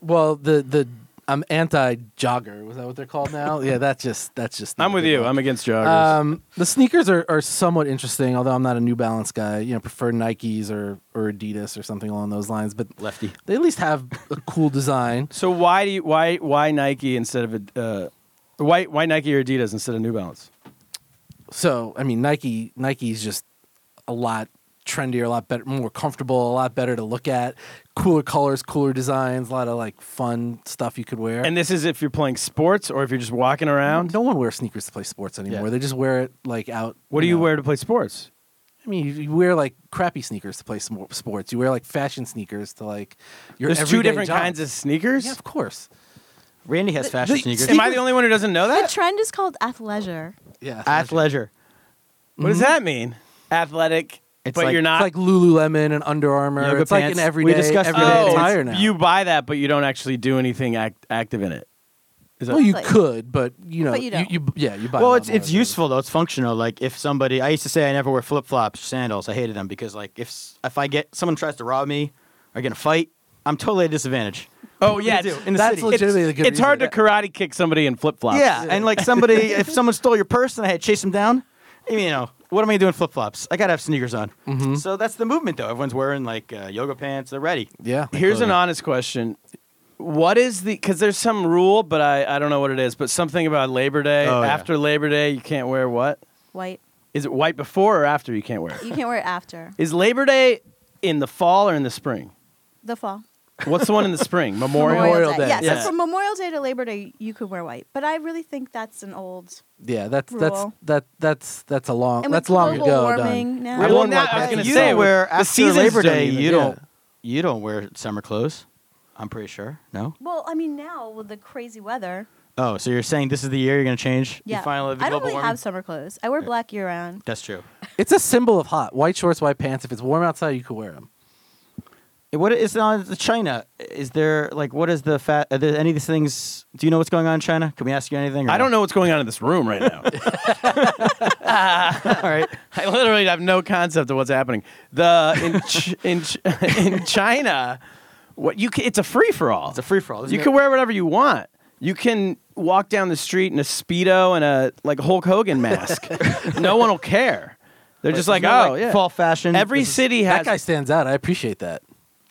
Well, the the I'm anti jogger. Was that what they're called now? yeah, that's just that's just. not
I'm with
good
you.
one.
I'm against joggers.
Um, the sneakers are, are somewhat interesting, although I'm not a New Balance guy. You know, prefer Nikes or or Adidas or something along those lines. But
Lefty.
they at least have a cool design.
so why do you, why why Nike instead of a uh, why why Nike or Adidas instead of New Balance?
So I mean, Nike Nike's just a lot trendier, a lot better, more comfortable, a lot better to look at. Cooler colors, cooler designs, a lot of like fun stuff you could wear.
And this is if you're playing sports or if you're just walking around.
no one wears sneakers to play sports anymore.
Yeah.
They just wear it like out.
What do you
know.
wear to play sports?
I mean, you- you wear like crappy sneakers to play sm- sports. You wear like fashion sneakers to like your.
There's two
everyday
different
job.
kinds of sneakers.
Yeah, of course.
Randy has fashion
the-
sneakers.
Am I the only one who doesn't know
The
that?
trend is called athleisure.
Yeah,
Athleisure.
What does that mean? Athletic,
It's
but
like-
you're
it's
not.
It's like Lululemon and Under Armour.
Yoga
it's like
pants.
an
We
everyday,
discussed
everyday
yoga pants.
attire now.
Oh, you buy that, but you don't actually do anything act- active in it. Is that
well, you
Like-
could, but you know,
But you don't.
You, yeah, you buy. a
Well,
lot
it's
more
it's
of those.
useful though. It's functional. Like if somebody, I used to say I never wear flip flops, sandals. I hated them because like if s- if I get someone tries to rob me or get in a fight, I'm totally at a disadvantage.
oh yeah,
do
it's-
in the
That's
city.
legit.
it's,
Legitimately a good
it's hard to
reason.
karate kick somebody in flip flops.
Yeah, and like somebody, if someone stole your purse and I had to chase them down, you know what am I doing flip flops? I gotta have sneakers on.
Mm-hmm.
So that's the movement though. Everyone's wearing like uh, yoga pants. They're ready.
Yeah.
Here's an
totally.
honest question. What is the because there's some rule, but I, I don't know what it is, but something about Labor Day.
Oh, yeah.
after Labor Day, you can't wear what?
White.
Is it white before or after you can't wear it?
You can't wear it after
Is Labor Day in the fall or in the spring?
the fall.
What's the one in the spring? Memorial.
Memorial Day.
Yeah,
Yeah.
so from Memorial Day to Labor Day, you could wear white. But I really think that's an old.
Yeah, that's that's
rule.
that that's that's a long.
And with
That's long
global
ago
warming
done.
now,
I
Well,
won't
now-
like that.
if
You
you
say,
don't wear
the
after
seasons
Labor
don't
Day.
even-
You
yeah.
don't you don't wear summer clothes. I'm pretty sure. No.
well, I mean, now with the crazy weather,
Oh, so you're saying this is the year you're gonna change?
yeah,
You finally
I don't
global
really
warming?
have summer clothes. I wear black year round.
That's true.
It's a symbol of hot. White shorts, white pants. If it's warm outside, you could wear them.
Eh, What is on the China? Is there like what is the fat? Are there any of these things? Do you know what's going on in China? Can we ask you anything? or
I don't
no?
know what's going on in this room right now.
All right,
I literally have no concept of what's happening. The in Ch- in Ch- in China, what you ca it's a free for all.
it's a free for all.
You can wear whatever you want. You can walk down the street in a speedo and a like Hulk Hogan mask. no one will care. They're just like, oh yeah.
fall fashion.
Every
This is-
city has
That guy stands out. I appreciate that.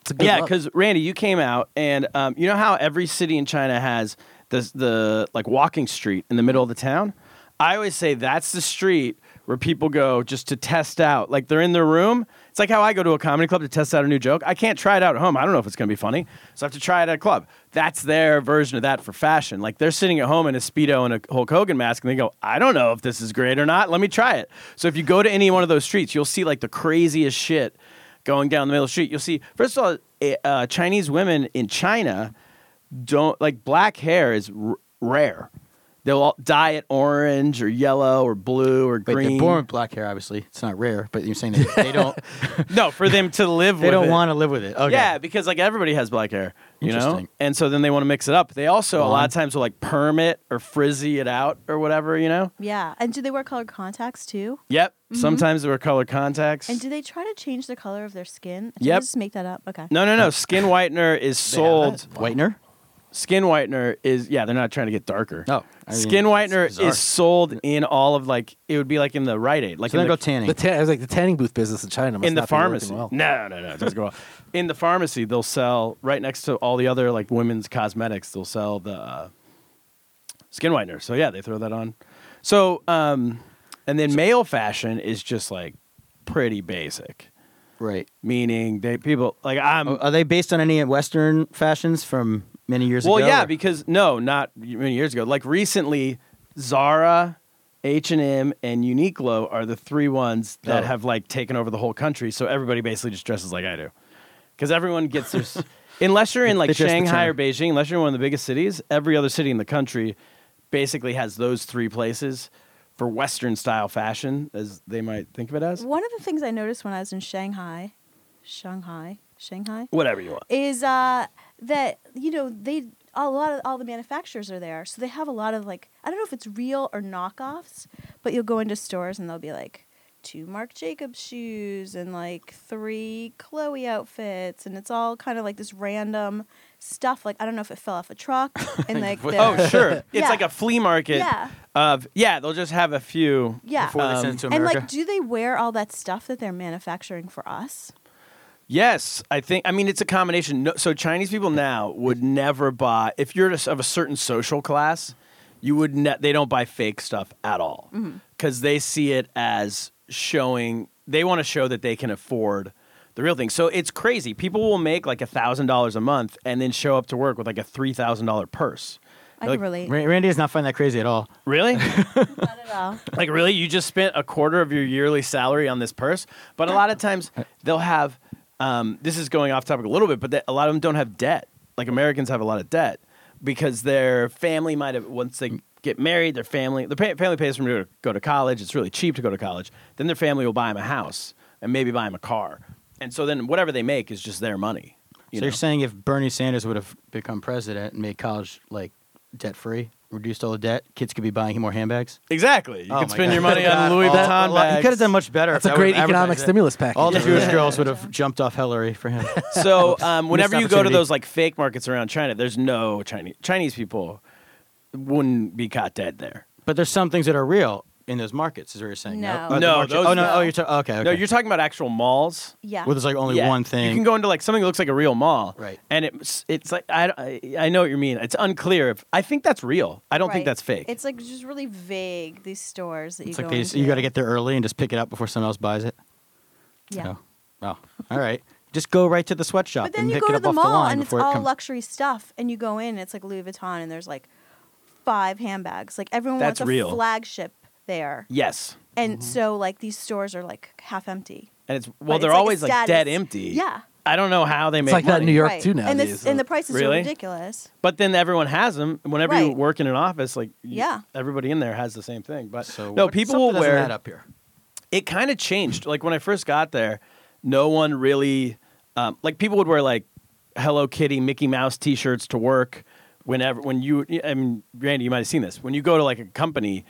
It's a good
yeah,
look.
because Randy, you came out, and um, you know how every city in China has the the like walking street in the middle of the town. I always say that's the street where people go just to test out. Like they're in their room. It's like how I go to a comedy club to test out a new joke. I can't try it out at home. I don't know if it's going to be funny, so I have to try it at a club. That's their version of that for fashion. Like they're sitting at home in a speedo and a Hulk Hogan mask, and they go, "I don't know if this is great or not. Let me try it." So if you go to any one of those streets, you'll see like the craziest shit going down the middle of the street, you'll see. First of all, eh, uh, Chinese women in China don't like black hair is r- rare. They'll all dye it orange or yellow or blue or
Wait,
green.
they're born with black hair. Obviously, it's not rare, but you're saying they, they don't.
no, for them to live.
they
with
don't
it.
want to live with it. Okay.
Yeah, because like everybody has black hair, you know,
Interesting.
and so then they want to mix it up. They also a lot
Blonde.
of times will like perm it or frizzy it out or whatever, you know.
Yeah, and do they wear colored contacts too?
Yep. Sometimes they wear color contacts.
And do they try to change the color of their skin? Did I
Yep.
Oh.
just make that up. Okay.
no, no, no. Skin whitener is sold.
Whitener.
skin whitener is yeah, they're not trying to get darker.
No, Oh, I mean,
skin
it's
whitener
bizarre.
is sold in all of like it would be like in the Rite Aid, like
So
in
then
the
go tanning.
The ta- I was like the tanning booth business in China must
in the
not be working
pharmacy.
well.
No, no, no, it doesn't go well. In the pharmacy, they'll sell right next to all the other like women's cosmetics. They'll sell the uh, skin whitener. So yeah, they throw that on. So um, and then male fashion is just like pretty basic,
right.
meaning they people like I'm.
Oh, Are they based on any Western fashions from many years
well,
ago?
yeah,
or-
because no, not many years ago. Like recently, Zara, H and M, and Uniqlo are the three ones that
Oh.
have like taken over the whole country. So everybody basically just dresses like I do, because everyone gets their. s- unless you're in like
They dress the
Shanghai
same.
or Beijing, unless you're in one of the biggest cities, every other city in the country basically has those three places for Western style fashion, as they might think of it as.
One of the things I noticed when I was in Shanghai, Shanghai, Shanghai,
Whatever you want.
is uh, that you know they a lot of all the manufacturers are there, so they have a lot of like I don't know if it's real or knockoffs, but you'll go into stores and they'll be like two Marc Jacobs shoes and like three Chloe outfits, and it's all kind of like this random stuff. Like I don't know if it fell off a truck and like
Oh,
they're-
sure. It's
Yeah.
like a flea market
Yeah.
of yeah, they'll just have a few
yeah.
before they send it to
and
America.
like, do they wear all that stuff that they're manufacturing for us?
Yes, I think. I mean, it's a combination. No, so Chinese people now would never buy. If you're just of a certain social class, you would. Ne- they don't buy fake stuff at all because they see it as showing. They want to show that they can afford the real thing. So it's crazy. People will make like a thousand dollars a month and then show up to work with like a three thousand dollar purse.
I
Like-
can relate.
Ra- Randy does not find that crazy at all.
Really?
Not at all.
Like really, you just spent a quarter of your yearly salary on this purse. But a lot of times they'll have. Um, this is going off topic a little bit, but that, a lot of them don't have debt. Like Americans have a lot of debt because their family might have once they get married, their family their pa- family pays for them to go to college. It's really cheap to go to college. Then their family will buy them a house and maybe buy them a car. And so then whatever they make is just their money. You
so
know?
you're saying if Bernie Sanders would have become president and made college like debt free, reduced all the debt, kids could be buying more handbags.
exactly. You
Oh
could
my
spend
God.
your money on Louis
That-
Vuitton
He
bags.
could have done much better.
That's
if
a
that
great
would have
economic
advertised it.
stimulus package.
All the
Yeah.
Jewish girls would have jumped off Hillary for him.
So um, whenever
Missed
you go to
opportunity.
those like fake markets around China, there's no Chinese Chinese people wouldn't be caught dead there.
but there's some things that are real in those markets. Is what you're saying?
No.
Or the
No,
market-
those-
oh no.
no.
Oh, you're talking. Okay, okay.
No, you're talking about actual malls.
Yeah.
Well, there's like only
Yeah.
one thing.
You can go into like something that looks like a real mall,
Right.
And it's it's like I, I I know what you mean. It's unclear if I think that's real. I don't think
Right.
that's fake.
It's like just really vague. These stores that
It's
you
like
go
these.
into.
You got to get there early and just pick it up before someone else buys it.
yeah.
Oh, oh. all right. Just go right to the sweatshop
But then
and
you
pick
go
it
to
up
the
off the
mall
line
and it's
before
all
it comes.
luxury stuff, and you go in, and it's like Louis Vuitton, and there's like five handbags. Like everyone
That's
wants a
real.
flagship there,
yes,
and so like these stores are like half empty.
and it's well,
it's
they're
like a
always like dead
status-
empty.
Yeah.
I don't know how they make
It's like that
money.
in New York
right.
too uh, now.
and, this, and the prices
Really?
are ridiculous.
But then everyone has them. Whenever you
Right.
work in an office, like you-
Yeah.
everybody in there has the same thing. But
So
no,
what-
people
something
will
doesn't
wear
add up here.
it kind of changed. Like when I first got there, no one really um, like people would wear like Hello Kitty, Mickey Mouse T-shirts to work. Whenever when you, I mean, Randy, you might have seen this. When you go to like a company,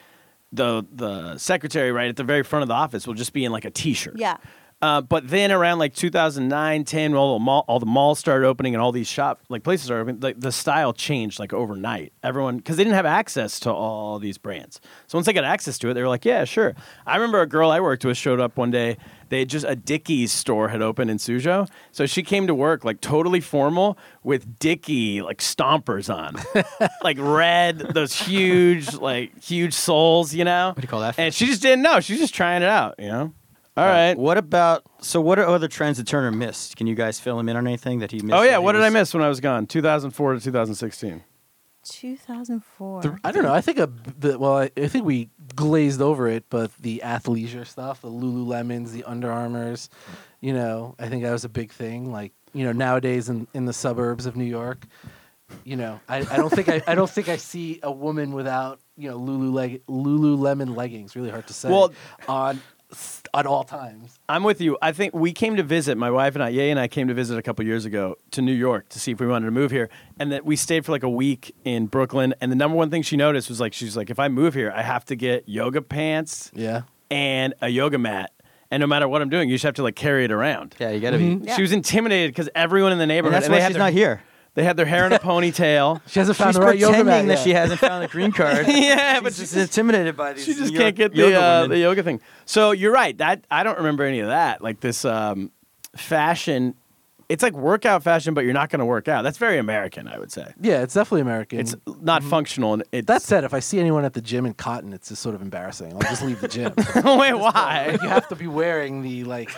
the the secretary right at the very front of the office will just be in like a T-shirt.
Yeah.
Uh, but then around like 2009, 10, all the, mall, all the malls started opening and all these shop like places started opening. Like the style changed like overnight. Everyone because they didn't have access to all these brands. So once they got access to it, they were like, yeah, sure. I remember a girl I worked with showed up one day. They had just a Dickies store had opened in Suzhou, so she came to work like totally formal with Dickie like stompers on, like red, those huge like huge soles, you know. What
do you call that?
And she just didn't know. She's just trying it out, you know. All right.
What about? So, what are other trends that Turner missed? Can you guys fill him in on anything that he missed?
Oh
that
yeah,
he
what did I
was-
miss when I was gone? 2004 to 2016.
2004.
The- I don't know. I think a b- the, well, I, I think we glazed over it, but the athleisure stuff, the Lululemons, the Under Armours, you know, I think that was a big thing. Like you know, nowadays in, in the suburbs of New York, you know, I, I don't think I, I don't think I see a woman without you know Lulu leg, Lululemon leggings. Really hard to say.
Well-
on s- on all times.
I'm with you. I think we came to visit. My wife and I, Ye and I, came to visit a couple years ago to New York to see if we wanted to move here, and that we stayed for like a week in Brooklyn. And the number one thing she noticed was like she's like, if I move here, I have to get yoga pants
Yeah.
and a yoga mat, and no matter what I'm doing, you just have to like carry it around.
Yeah, you got to be.
Yeah.
Mm-hmm. She was intimidated because everyone in the neighborhood.
And that's
and they
why
had
she's
their-
not here.
They had their hair in a ponytail.
She hasn't found
She's
the right yoga
pretending
mat
that
yet.
she hasn't found the green card.
yeah, but
She's just intimidated by these.
she just
yoga-
can't get the
yoga
uh,
women.
the yoga thing. So you're right. That I don't remember any of that. Like this um, fashion, it's like workout fashion, but you're not going to work out. That's very American, I would
Mm-hmm.
say.
Yeah, it's definitely American.
It's not functional, and it's
that said, if I see anyone at the gym in cotton, it's just sort of embarrassing. I'll just leave the gym.
wait why?
you have to be wearing the like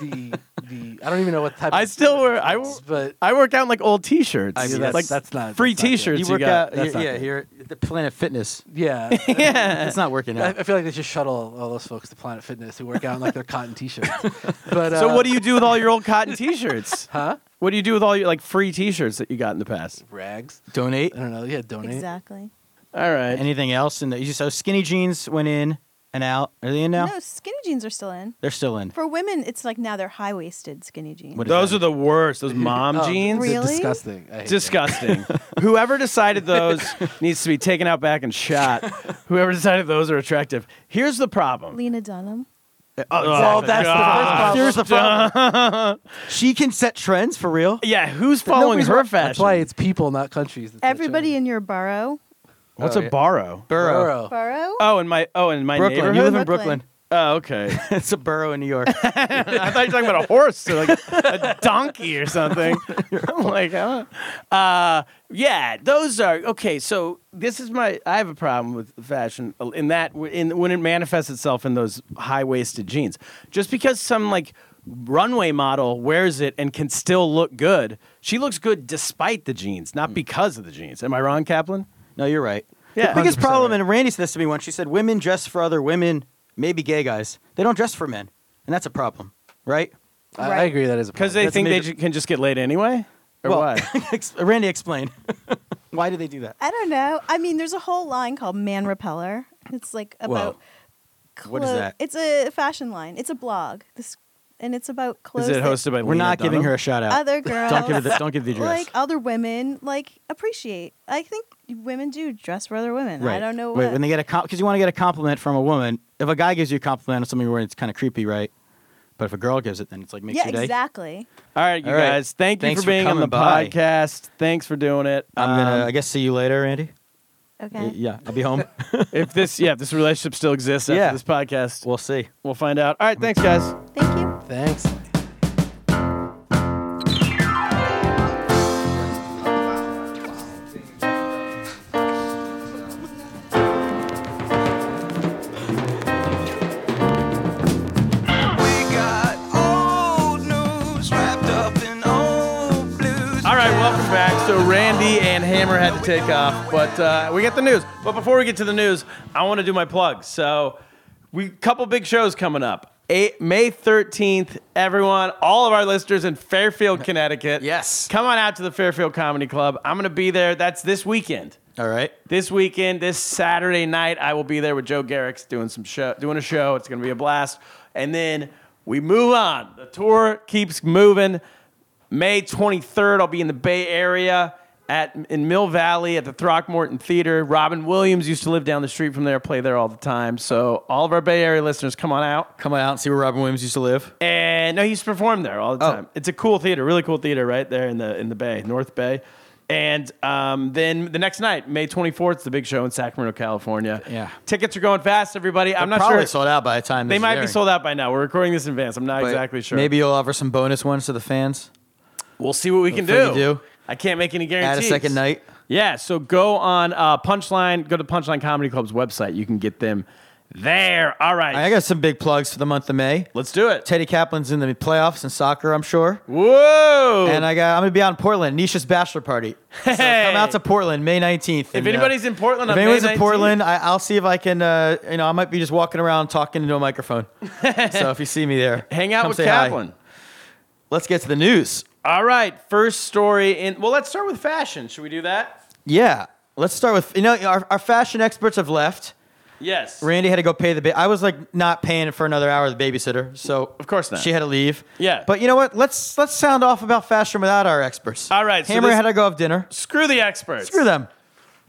the the I don't even know what type.
I
of
still wear I
it's, but
I work out in like old T-shirts.
I mean,
like
that's- that's not-
free
that's not good.
T-shirts.
You
You,
work
got.
out.
that's
You're,
not
yeah,
good.
you're at the Planet Fitness.
yeah,
It's not working
I,
out.
I feel like they should shuttle all those folks to Planet Fitness who work out in like their cotton t-shirts. But
So
uh,
what do you do with all your old cotton T-shirts?
Huh?
What do you do with all your like free T-shirts that you got in the past?
Rags.
Donate.
I don't know. Yeah, donate.
Exactly.
All right.
Anything else in there? You so skinny jeans went in and out. Are they in now?
No, skinny jeans are still in.
They're still in.
For women, it's like now they're high waisted skinny jeans.
What is
Those
that?
are the worst. Those mom
Oh,
jeans.
they're
Really?
Disgusting. I hate
Disgusting. Whoever decided those needs to be taken out back and shot. Whoever decided those are attractive. Here's the problem.
Lena Dunham.
Oh,
Well, that's the first problem.
Here's the problem. she can set trends for real.
Yeah, who's following
Nobody's
her
wa-
fashion?
That's why it's people, not countries. that touch
Everybody in your borough.
What's
Oh,
uh,
a
yeah.
borrow?
Burrow.
Borough.
Borough?
Uh,
Oh, in my oh, in my
Brooklyn. You
neighborhood.
live in
Brooklyn.
Brooklyn.
Oh, okay.
it's a borough in New York.
I thought you were talking about a horse or like a donkey or something. I'm like, huh? uh, yeah, those are okay. So this is my. I have a problem with fashion uh, in that in when it manifests itself in those high waisted jeans. Just because some like runway model wears it and can still look good, she looks good despite the jeans,
Hmm.
not because of the jeans. Am I wrong, Kaplan?
no, you're right.
Yeah.
the biggest
100%
problem,
right.
and Randy said this to me once. She said, "Women dress for other women, maybe gay guys. They don't dress for men, and that's a problem, right?"
I, I
Right.
agree that is a
Because
problem.
they
That's a
think they
major-
ju- can just get laid anyway, or
Well,
what?
Ex- Randy, explain. Why do they do that?
I don't know. I mean, there's a whole line called Man Repeller. It's like about.
What is
clo-
that?
It's a fashion line. It's a blog. This, and it's about clothes.
Is it
that
hosted by?
We're not giving her
Dunham?
a shout out.
Other girls.
don't give her the, don't give the address.
like other women like appreciate. I think women do dress for other women. I don't know what.
Wait, when they get a because you want to get a compliment from a woman. If a guy gives you a compliment on something you're wearing, it's kind of creepy, right? But if a girl gives it, then it's like makes
yeah,
your day.
exactly.
All right, you
All right.
guys. Thank you
Thanks
for
for
being on the
coming by.
podcast. Thanks for doing it.
I'm gonna,
Um,
I guess, see you later, Andy.
Okay.
Yeah, I'll be home.
if this, yeah, if this relationship still exists after
Yeah.
this podcast, we'll,
we'll see.
we'll find out. All right, thanks, guys.
Thank you.
Thanks.
All right, welcome back. So Randy and Hammer had to take off, but uh, we got the news. But before we get to the news, I want to do my plug. So we couple big shows coming up. Eight, May 13th, everyone, all of our listeners in Fairfield, Connecticut.
Yes.
Come on out to the Fairfield Comedy Club. I'm going to be there. That's this weekend.
All right.
this weekend, this Saturday night, I will be there with Joe Garrix doing some show, doing a show. It's going to be a blast. And then we move on. The tour keeps moving. May 23rd, I'll be in the Bay Area at in Mill Valley at the Throckmorton Theater. Robin Williams used to live down the street from there, play there all the time. So all of our Bay Area listeners, come on out.
Come on out and see where Robin Williams used to live.
And no, he used to perform there all the
Oh.
time. It's a cool theater, really cool theater right there in the in the Bay, North Bay. And um, then the next night, May 24th, is the big show in Sacramento, California.
Yeah.
Tickets are going fast, everybody. I'm not
Probably
sure.
sold out by the time
they
this is
might be
airing,
sold out by now. We're recording this in advance. I'm not
but
exactly sure.
Maybe you'll offer some bonus ones to the fans.
we'll see what we can
Hopefully
do.
you do.
I can't make any
Add
guarantees.
a second night.
Yeah, so go on uh, Punchline, go to Punchline Comedy Club's website. You can get them there. All right.
I got some big plugs for the month of May.
Let's do it.
Teddy Kaplan's in the playoffs in soccer, I'm sure.
Whoa.
And I got I'm gonna be out in Portland, Nisha's bachelor party. So
Hey.
come out to Portland May 19th.
if anybody's in Portland,
if
on May
anyone's in
19th,
Portland, I, I'll see if I can. Uh, you know, I might be just walking around talking into a microphone. so if you see me there,
hang out
come
with
say hi.
Kaplan.
Let's get to the news.
All right, first story in. Well, let's start with fashion. Should we do that?
Yeah, let's start with you know our, our fashion experts have left.
Yes.
Randy had to go pay the. Ba- I was like not paying for another hour of the babysitter, so
Of course not.
She had to leave.
Yeah.
but you know what? Let's let's sound off about fashion without our experts.
All right, so
Hammer
this-
had to go have dinner.
Screw the experts.
Screw them.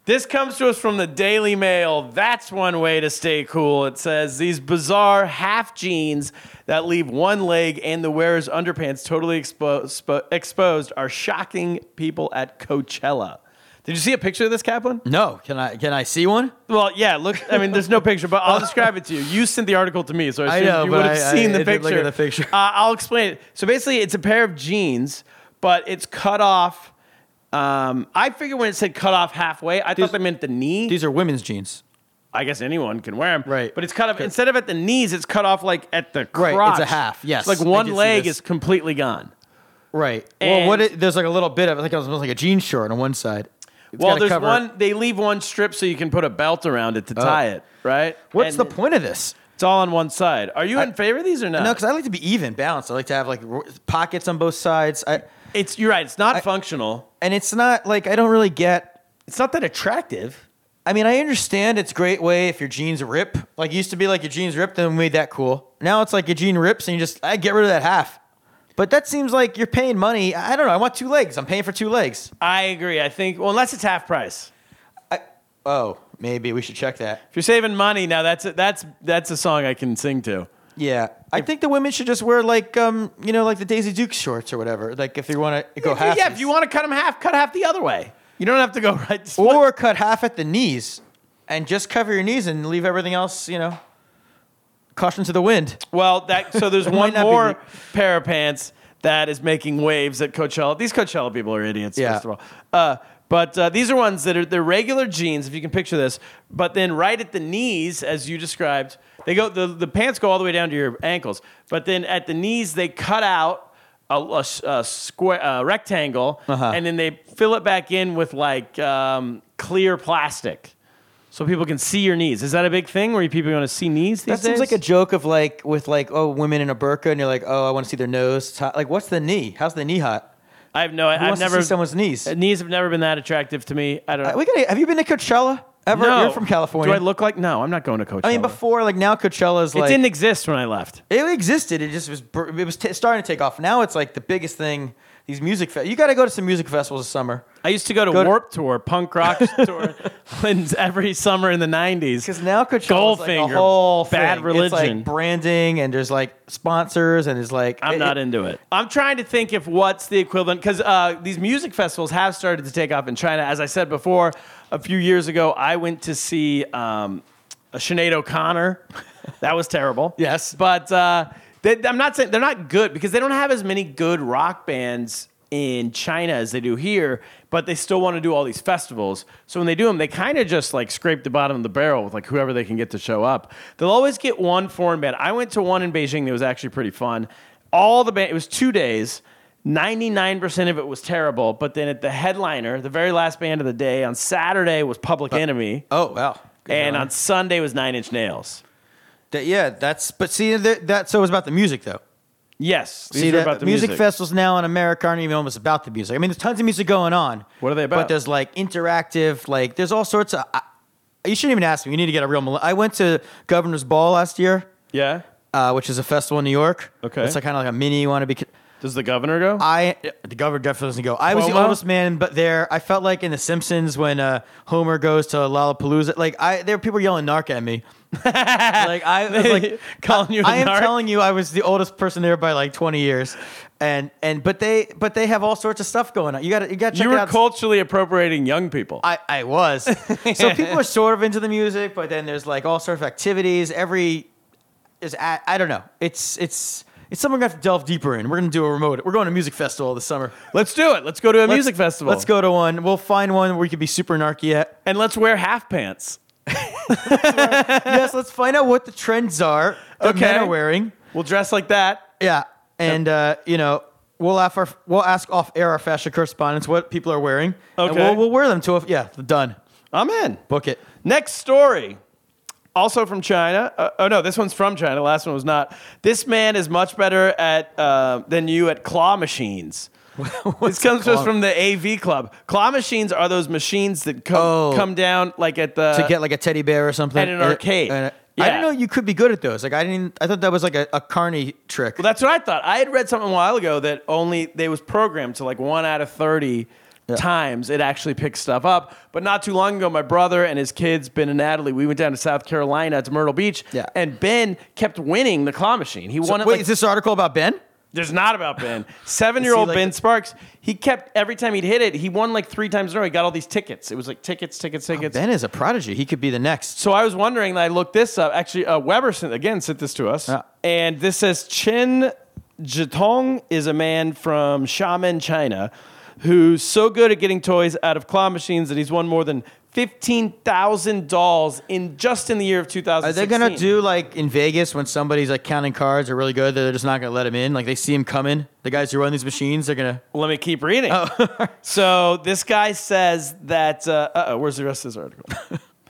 This comes to us from the Daily Mail. That's one way to stay cool. It says these bizarre half jeans that leave one leg and the wearer's underpants totally expo- spo- exposed are shocking people at Coachella. Did you see a picture of this, Kaplan?
No, can I can I see one?
Well, yeah. Look, I mean, there's no picture, but I'll describe it to you. You sent the article to me, so I,
I
assumed
know,
you
but
would have
I- I-
seen the
I did
picture.
look at the picture.
Uh, I'll explain it. So basically, it's a pair of jeans, but it's cut off. Um, I figured when it said cut off halfway, I thought they meant the knee.
These are women's jeans.
I guess anyone can wear them.
Right.
But it's cut off instead of at the knees, it's cut off like at the crotch.
Right, it's a half, yes.
It's like
I
one
did see
leg
this.
is completely gone.
Right.
And-
well, what it, there's like a little bit of I think it was almost like a jean short on one side. It's
well,
gotta
there's
cover- Oh.
one. They leave one strip so you can put a belt around it to tie it. Right.
What's
And
the point of this?
It's all on one side. Are you in favor of these or not?
No, because I like to be even, balanced. I like to have like r- pockets on both sides. I,
It's you're right. It's not
I-
functional.
and it's not like I don't really get.
It's not that attractive.
I mean, I understand it's a great way if your jeans rip. Like it used to be like your jeans ripped, then we made that cool. Now it's like your jean rips and you just I get rid of that half. But that seems like you're paying money. I don't know. I want two legs. I'm paying for two legs.
I agree. I think well, unless it's half price.
Oh, maybe we should check that.
If you're saving money now, that's a, that's that's a song I can sing to.
Yeah, I think the women should just wear like um you know like the Daisy Duke shorts or whatever. Like if you want to go half,
yeah, if you want to cut them half, cut half the other way. You don't have to go right. split.
or cut half at the knees and just cover your knees and leave everything else you know. Caution to the wind.
well, that so there's one
not be
more
the-
pair of pants that is making waves at Coachella. These Coachella people are idiots.
Yeah.
First of all, uh, but uh, these are ones that are they're regular jeans if you can picture this. But then right at the knees, as you described, they go the, the pants go all the way down to your ankles. But then at the knees, they cut out a, a s- a square a rectangle,
Uh-huh.
and then they fill it back in with like um, clear plastic. So people can see your knees. Is that a big thing where people want to see knees these
That seems
days?
like a joke of like with like oh women in a burqa and you're like oh I want to see their nose. It's hot. Like what's the knee? How's the knee hot?
I have no.
Who
I've
wants
never uh,
to see someone's knees?
knees have never been that attractive to me. I don't.
Uh, we got. Have you been to Coachella ever?
No.
You're from California.
Do I look like? No, I'm not going to Coachella.
I mean, before like now Coachella's
it
like
didn't exist when I left.
It existed. It just was. br- It was t- starting to take off. Now it's like the biggest thing. These music. Fe- you got to go to some music festivals this summer.
I used to go to
Go to-
Warp Tour, punk rock tour, in- every summer in the
Because
'90s.
now Coachella is like
Goldfinger,
a whole
Bad
thing. It's
Religion.
like branding, and there's like sponsors, and it's like
I'm
it-
not
it-
into it. I'm trying to think if what's the equivalent because uh, these music festivals have started to take off in China. As I said before, a few years ago, I went to see um, a Sinead O'Connor. that was terrible.
Yes.
but uh, they, I'm not saying they're not good because they don't have as many good rock bands in China as they do here. But they still want to do all these festivals. So when they do them, they kind of just like scrape the bottom of the barrel with like whoever they can get to show up. They'll always get one foreign band. I went to one in Beijing that was actually pretty fun. All the band, it was two days. 99% of it was terrible, but then at the headliner, the very last band of the day on Saturday was Public Enemy,
Oh wow. Good
and
one.
on Sunday was Nine Inch Nails.
That- yeah, that's. But see, th- that so it was about the music though.
Yes. These
see,
are
that
about the
music,
music.
festivals now in America aren't even almost about the music. I mean, there's tons of music going on.
What are they about?
But there's like interactive, like there's all sorts of. I, you shouldn't even ask me. You need to get a real. mil- I went to Governor's Ball last year.
Yeah.
uh, which is a festival in New York.
Okay.
it's like kind of like a mini wannabe.
Does the governor go?
I the governor definitely doesn't go. I was the
Cuomo?
oldest man, but there I felt like in The Simpsons when uh, Homer goes to Lollapalooza. Like I, there were people yelling "narc" at me. like I was like
Calling you a
I am
narc?
telling you, I was the oldest person there by like twenty years, and and but they but they have all sorts of stuff going on. You got to you got to check
you
it
were
out.
culturally appropriating young people.
I, I was. so people are sort of into the music, but then there's like all sorts of activities. Every is I I don't know. It's it's it's something we have to delve deeper in. We're gonna do a remote. We're going to a music festival this summer.
let's do it. Let's go to a
Let's-
music festival.
Let's go to one. We'll find one where we could be super narky at.
And let's wear half pants.
yes, let's find out what the trends are that men
Okay.
are wearing.
We'll dress like that.
Yeah, and uh, you know. We'll ask, our, we'll ask off air our fashion correspondents what people are wearing. and
Okay.
we'll, we'll wear them to a. Yeah, done.
I'm in.
Book it.
Next story, also from China. Uh, oh no, this one's from China. The last one was not. This man is much better at uh, than you at claw machines. this comes to us from the AV Club. Claw machines are those machines that come
Oh.
come down like at the
to get like a teddy bear or something Uh,
at Uh, an arcade.
and-
Yeah.
I didn't know you could be good at those. Like I didn't. I thought that was like a, a carny trick.
Well, that's what I thought. I had read something a while ago that only they was programmed to like one out of thirty times it actually picks stuff up. But not too long ago, my brother and his kids, Ben and Natalie, we went down to South Carolina to Myrtle Beach,
Yeah.
and Ben kept winning the claw machine. He
So-
won it
wait,
like
is this article about Ben?
there's not about Ben. Seven year old
like-
Ben Sparks, he kept every time he'd hit it, he won like three times in a row. He got all these tickets. It was like tickets, tickets, tickets.
Ben is a prodigy. He could be the next.
so I was wondering, and I looked this up. Actually, uh, Weber sent, again sent this to us.
Yeah.
And this says Chen Jitong is a man from Xiamen, China, who's so good at getting toys out of claw machines that he's won more than 15,000 dolls in just in the year of 2016.
Are they gonna do like in Vegas when somebody's like counting cards are really good? They're just not gonna let him in. Like they see him coming. The guys who run these machines, they're gonna.
Let me keep reading. so this guy says that. Uh oh, where's the rest of this article?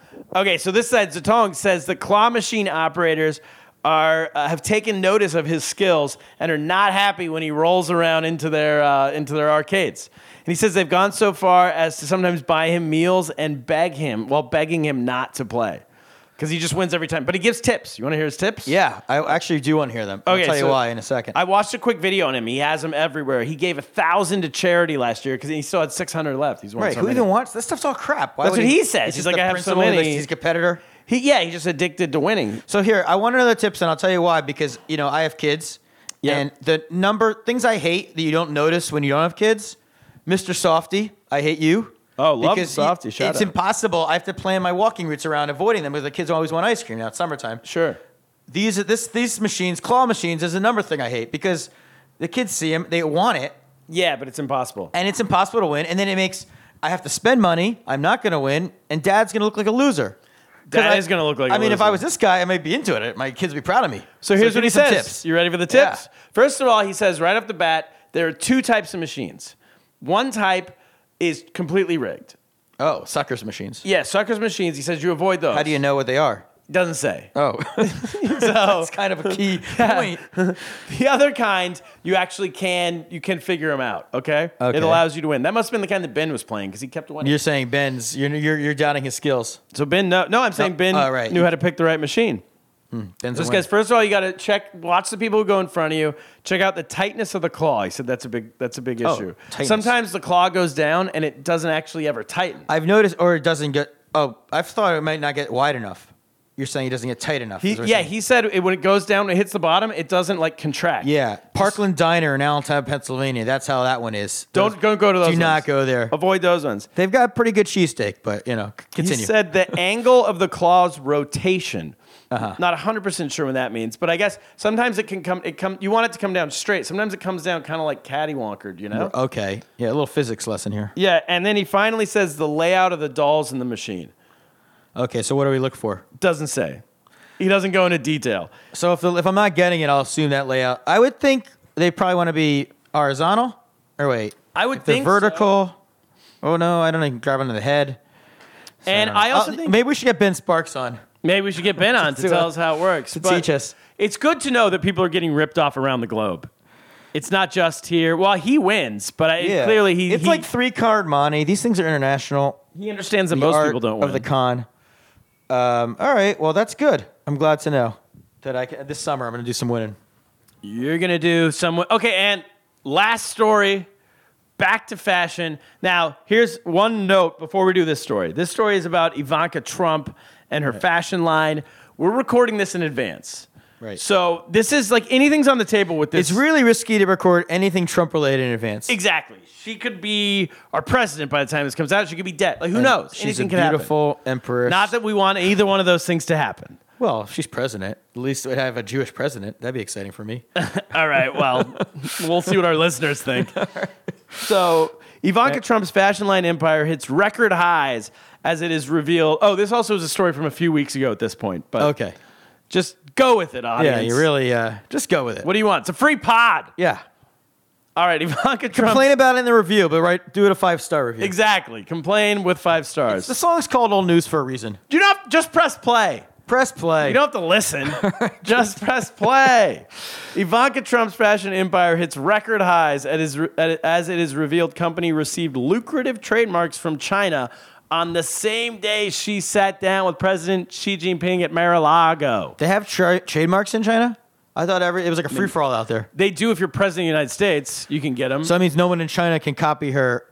okay, so this side Zatong says the claw machine operators are uh, have taken notice of his skills and are not happy when he rolls around into their uh, into their arcades. And he says they've gone so far as to sometimes buy him meals and beg him while begging him not to play because he just wins every time. But he gives tips. You want to hear his tips?
Yeah, I actually do want to hear them. I'll tell you
so
why in a second.
I watched a quick video on him. He has them everywhere. He gave a thousand to charity last year because he still had six hundred left. He's won
right?
so
who
many.
even wants that stuff's all crap? Why
That's
would
what he says.
it's
He's
just
like,
the
"I have so
principle, like,
many."
he's a competitor.
He, yeah, he's just addicted to winning.
So here, I want another tips, and I'll tell you why. Because you know, I have kids,
Yeah.
and the number things I hate that you don't notice when you don't have kids, Mister Softy, I hate you.
Oh, love
Because
Softy,
you-
shout
it's
out.
impossible. I have to plan my walking routes around avoiding them because the kids always want ice cream. Now it's summertime.
Sure.
These are this these machines, claw machines, is another thing I hate because the kids see them, they want it,
Yeah, but it's impossible.
and it's impossible to win. And then it makes I have to spend money. I'm not going to win, and Dad's going to look like a loser. 'Cause
Dad
I-
is gonna look like
I
a
mean, if
loser.
I was this guy, I might be into it. My kids would be proud of me.
So here's
give
what
me
he
some
says.
tips.
You ready for the
Yeah.
tips? First of all, he says right off the bat there are two types of machines. One type is completely rigged.
Oh, suckers machines.
Yeah, suckers machines. He says you avoid those.
How do you know what they are?
Doesn't say.
Oh,
So
that's kind of a key point.
The other kind, you actually can you can figure them out. Okay,
Okay.
it allows you to win. That must have been the kind that Ben was playing because he kept winning.
You're saying Ben's. You're you're, you're doubting his skills.
so Ben, no, no, I'm saying Ben
all right.
knew how to pick the right machine.
Ben's a
This
winner.
guy's first of all, you got to check, watch the people who go in front of you. Check out the tightness of the claw. He said that's a big that's a big
Oh,
issue.
tightness.
Sometimes the claw goes down and it doesn't actually ever tighten.
I've noticed, or it doesn't get. Oh, I've thought it might not get wide enough. You're saying it doesn't get tight enough.
He,
is what
yeah,
you're saying.
he said it, when it goes down, it hits the bottom. It doesn't like contract.
yeah. Parkland Diner in Allentown, Pennsylvania. That's how that one is.
Don't-
Those-
don't go to
Do
those
not
ones.
go there.
avoid those ones.
They've got pretty good cheesesteak, but you know, c- continue.
He said the angle of the claw's rotation.
Uh-huh.
Not 100% sure what that means, but I guess sometimes it can come, it come, you want it to come down straight. Sometimes it comes down kind of like cattywonkered, you know?
okay. Yeah, a little physics lesson here.
Yeah, and then he finally says the layout of the dolls in the machine.
Okay, so what do we look for?
Doesn't say. He doesn't go into detail.
So if the, if I'm not getting it, I'll assume that layout. I would think they probably want to be horizontal. Or wait,
I would
if they're
think so.
vertical. Oh no, I don't even grab onto the head.
and I also think maybe,
Uh, maybe we should get Ben Sparks on.
we should get Ben on to,
To, uh,
tell us how it works.
to
but
teach us.
It's good to know that people are getting ripped off around the globe. It's not just here. Well, he wins, but I, clearly he,
It's
he,
like three card money. These things are international.
he understands that
The
most
art
people don't
of
win.
the con. Um, all right, well that's good. I'm glad to know that I can, this summer I'm going to do some winning.
You're gonna do some okay, and last story, back to fashion. Now, here's one note before we do this story. This story is about Ivanka Trump and her fashion line. We're recording this in advance.
Right.
So this is like anything's on the table with this.
It's really risky to record anything Trump related in advance.
exactly. She could be our president by the time this comes out. She could be dead. Like who knows?
She's
Anything
a
could happen.
beautiful empress.
Not that we want either one of those things to happen.
Well, if she's president, at least we'd have a Jewish president. That'd be exciting for me.
All right. Well, we'll see what our listeners think. So, Ivanka Trump's fashion line empire hits record highs as it is revealed. Oh, this also is a story from a few weeks ago at this point, but
Okay.
just go with it, audience.
Yeah, you really uh, just go with it.
What do you want? It's a free pod.
yeah.
All right, Ivanka Trump.
Complain about it in the review, but right, do it a five star review.
Exactly. Complain with five
The
stars.
song's called "Old News" for a reason.
Do not just press play.
Press play.
You don't have to listen. Just press play. Ivanka Trump's fashion empire hits record highs at his, at, as it is revealed company received lucrative trademarks from China on the same day she sat down with President Xi Jinping at Mar-a-Lago.
they have tra- trademarks in China. I thought every it was like a free for all out there.
They do if you're president of the United States, you can get them.
So that means no one in China can copy her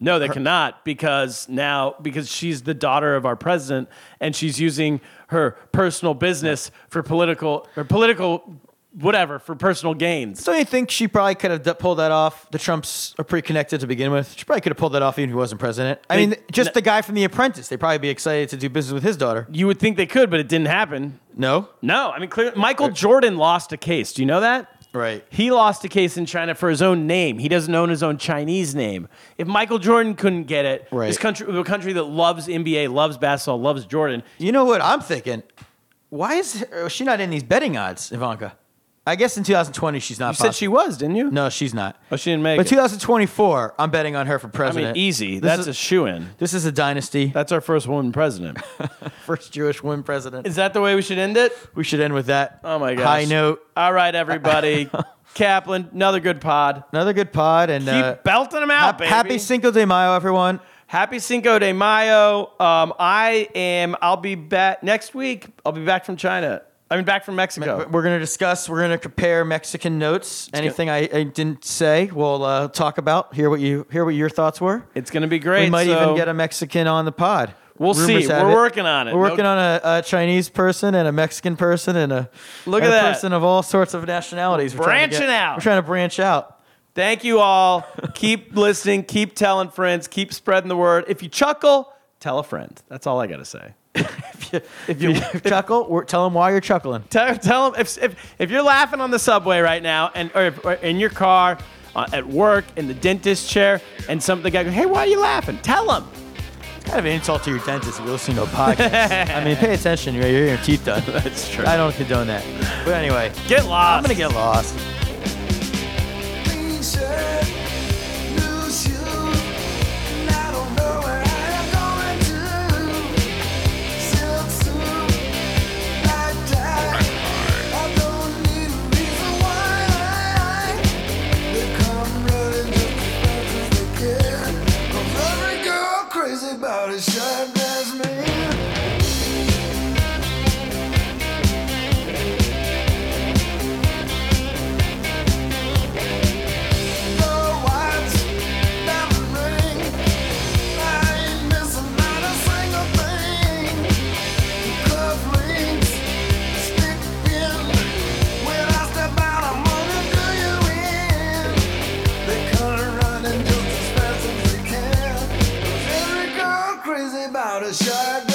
No, they cannot because now because she's the daughter of our president and she's using her personal business for political or political whatever for personal gains.
So you think she probably could have d- pulled that off? The Trumps are pretty connected to begin with. She probably could have pulled that off even if he wasn't president. I
They-
mean, just
no-
the guy from The Apprentice. They'd probably be excited to do business with his daughter.
You would think they could, but it didn't happen.
No,
No, I mean clear, Michael Jordan lost a case. Do you know that?
right?
He lost a case in China for his own name. He doesn't own his own Chinese name. If Michael Jordan couldn't get it,
Right.
this country, a country that loves NBA, loves basketball, loves Jordan,
You know what I'm thinking? Why is her- oh, she not in these betting odds, Ivanka? I guess in 2020 she's not.
you said she was, didn't you?
No, she's not.
Oh, she didn't make
But
it.
2024, I'm betting on her for
I
president.
mean, easy.
This
That's
is,
a shoe in.
this is a dynasty.
That's our first woman president.
First Jewish woman president.
Is that the way we should end it?
We should end with that.
Oh my gosh.
High note.
All right, everybody. Kaplan, another good pod.
Another good pod and
Keep
uh,
belting them out,
hap-
baby.
happy Cinco de Mayo, everyone.
Happy Cinco de Mayo. Um, I am. I'll be back next week. I'll be back from China. I mean, back from Mexico.
We're going to discuss. We're going to compare Mexican notes. Anything I, I didn't say, we'll uh, talk about. Hear what you hear what your thoughts were.
It's gonna be great.
we might
so-
even get a Mexican on the pod.
We'll see.
Rumors have
We're working on it.
We're working
No-
on a, a Chinese person and a Mexican person and a
Look
and
at
a
that.
person of all sorts of nationalities. We're trying to
Branching
get-
out.
We're trying to branch out.
Thank you all. keep listening. Keep telling friends. Keep spreading the word. If you chuckle, tell a friend. That's all I gotta say.
If you chuckle, we're, tell them why you're chuckling.
Tell, tell them if, if if you're laughing on the subway right now, and or, if, or in your car, uh, at work, in the dentist chair, and some the guy goes, "Hey, why are you laughing?" Tell him.
Kind of an insult to your dentist if you're listening to a podcast. I mean, pay attention. You're getting your teeth done. That's true. I don't condone that. But anyway,
Get lost.
I'm gonna get lost.
About a shot glass man. Shotgun.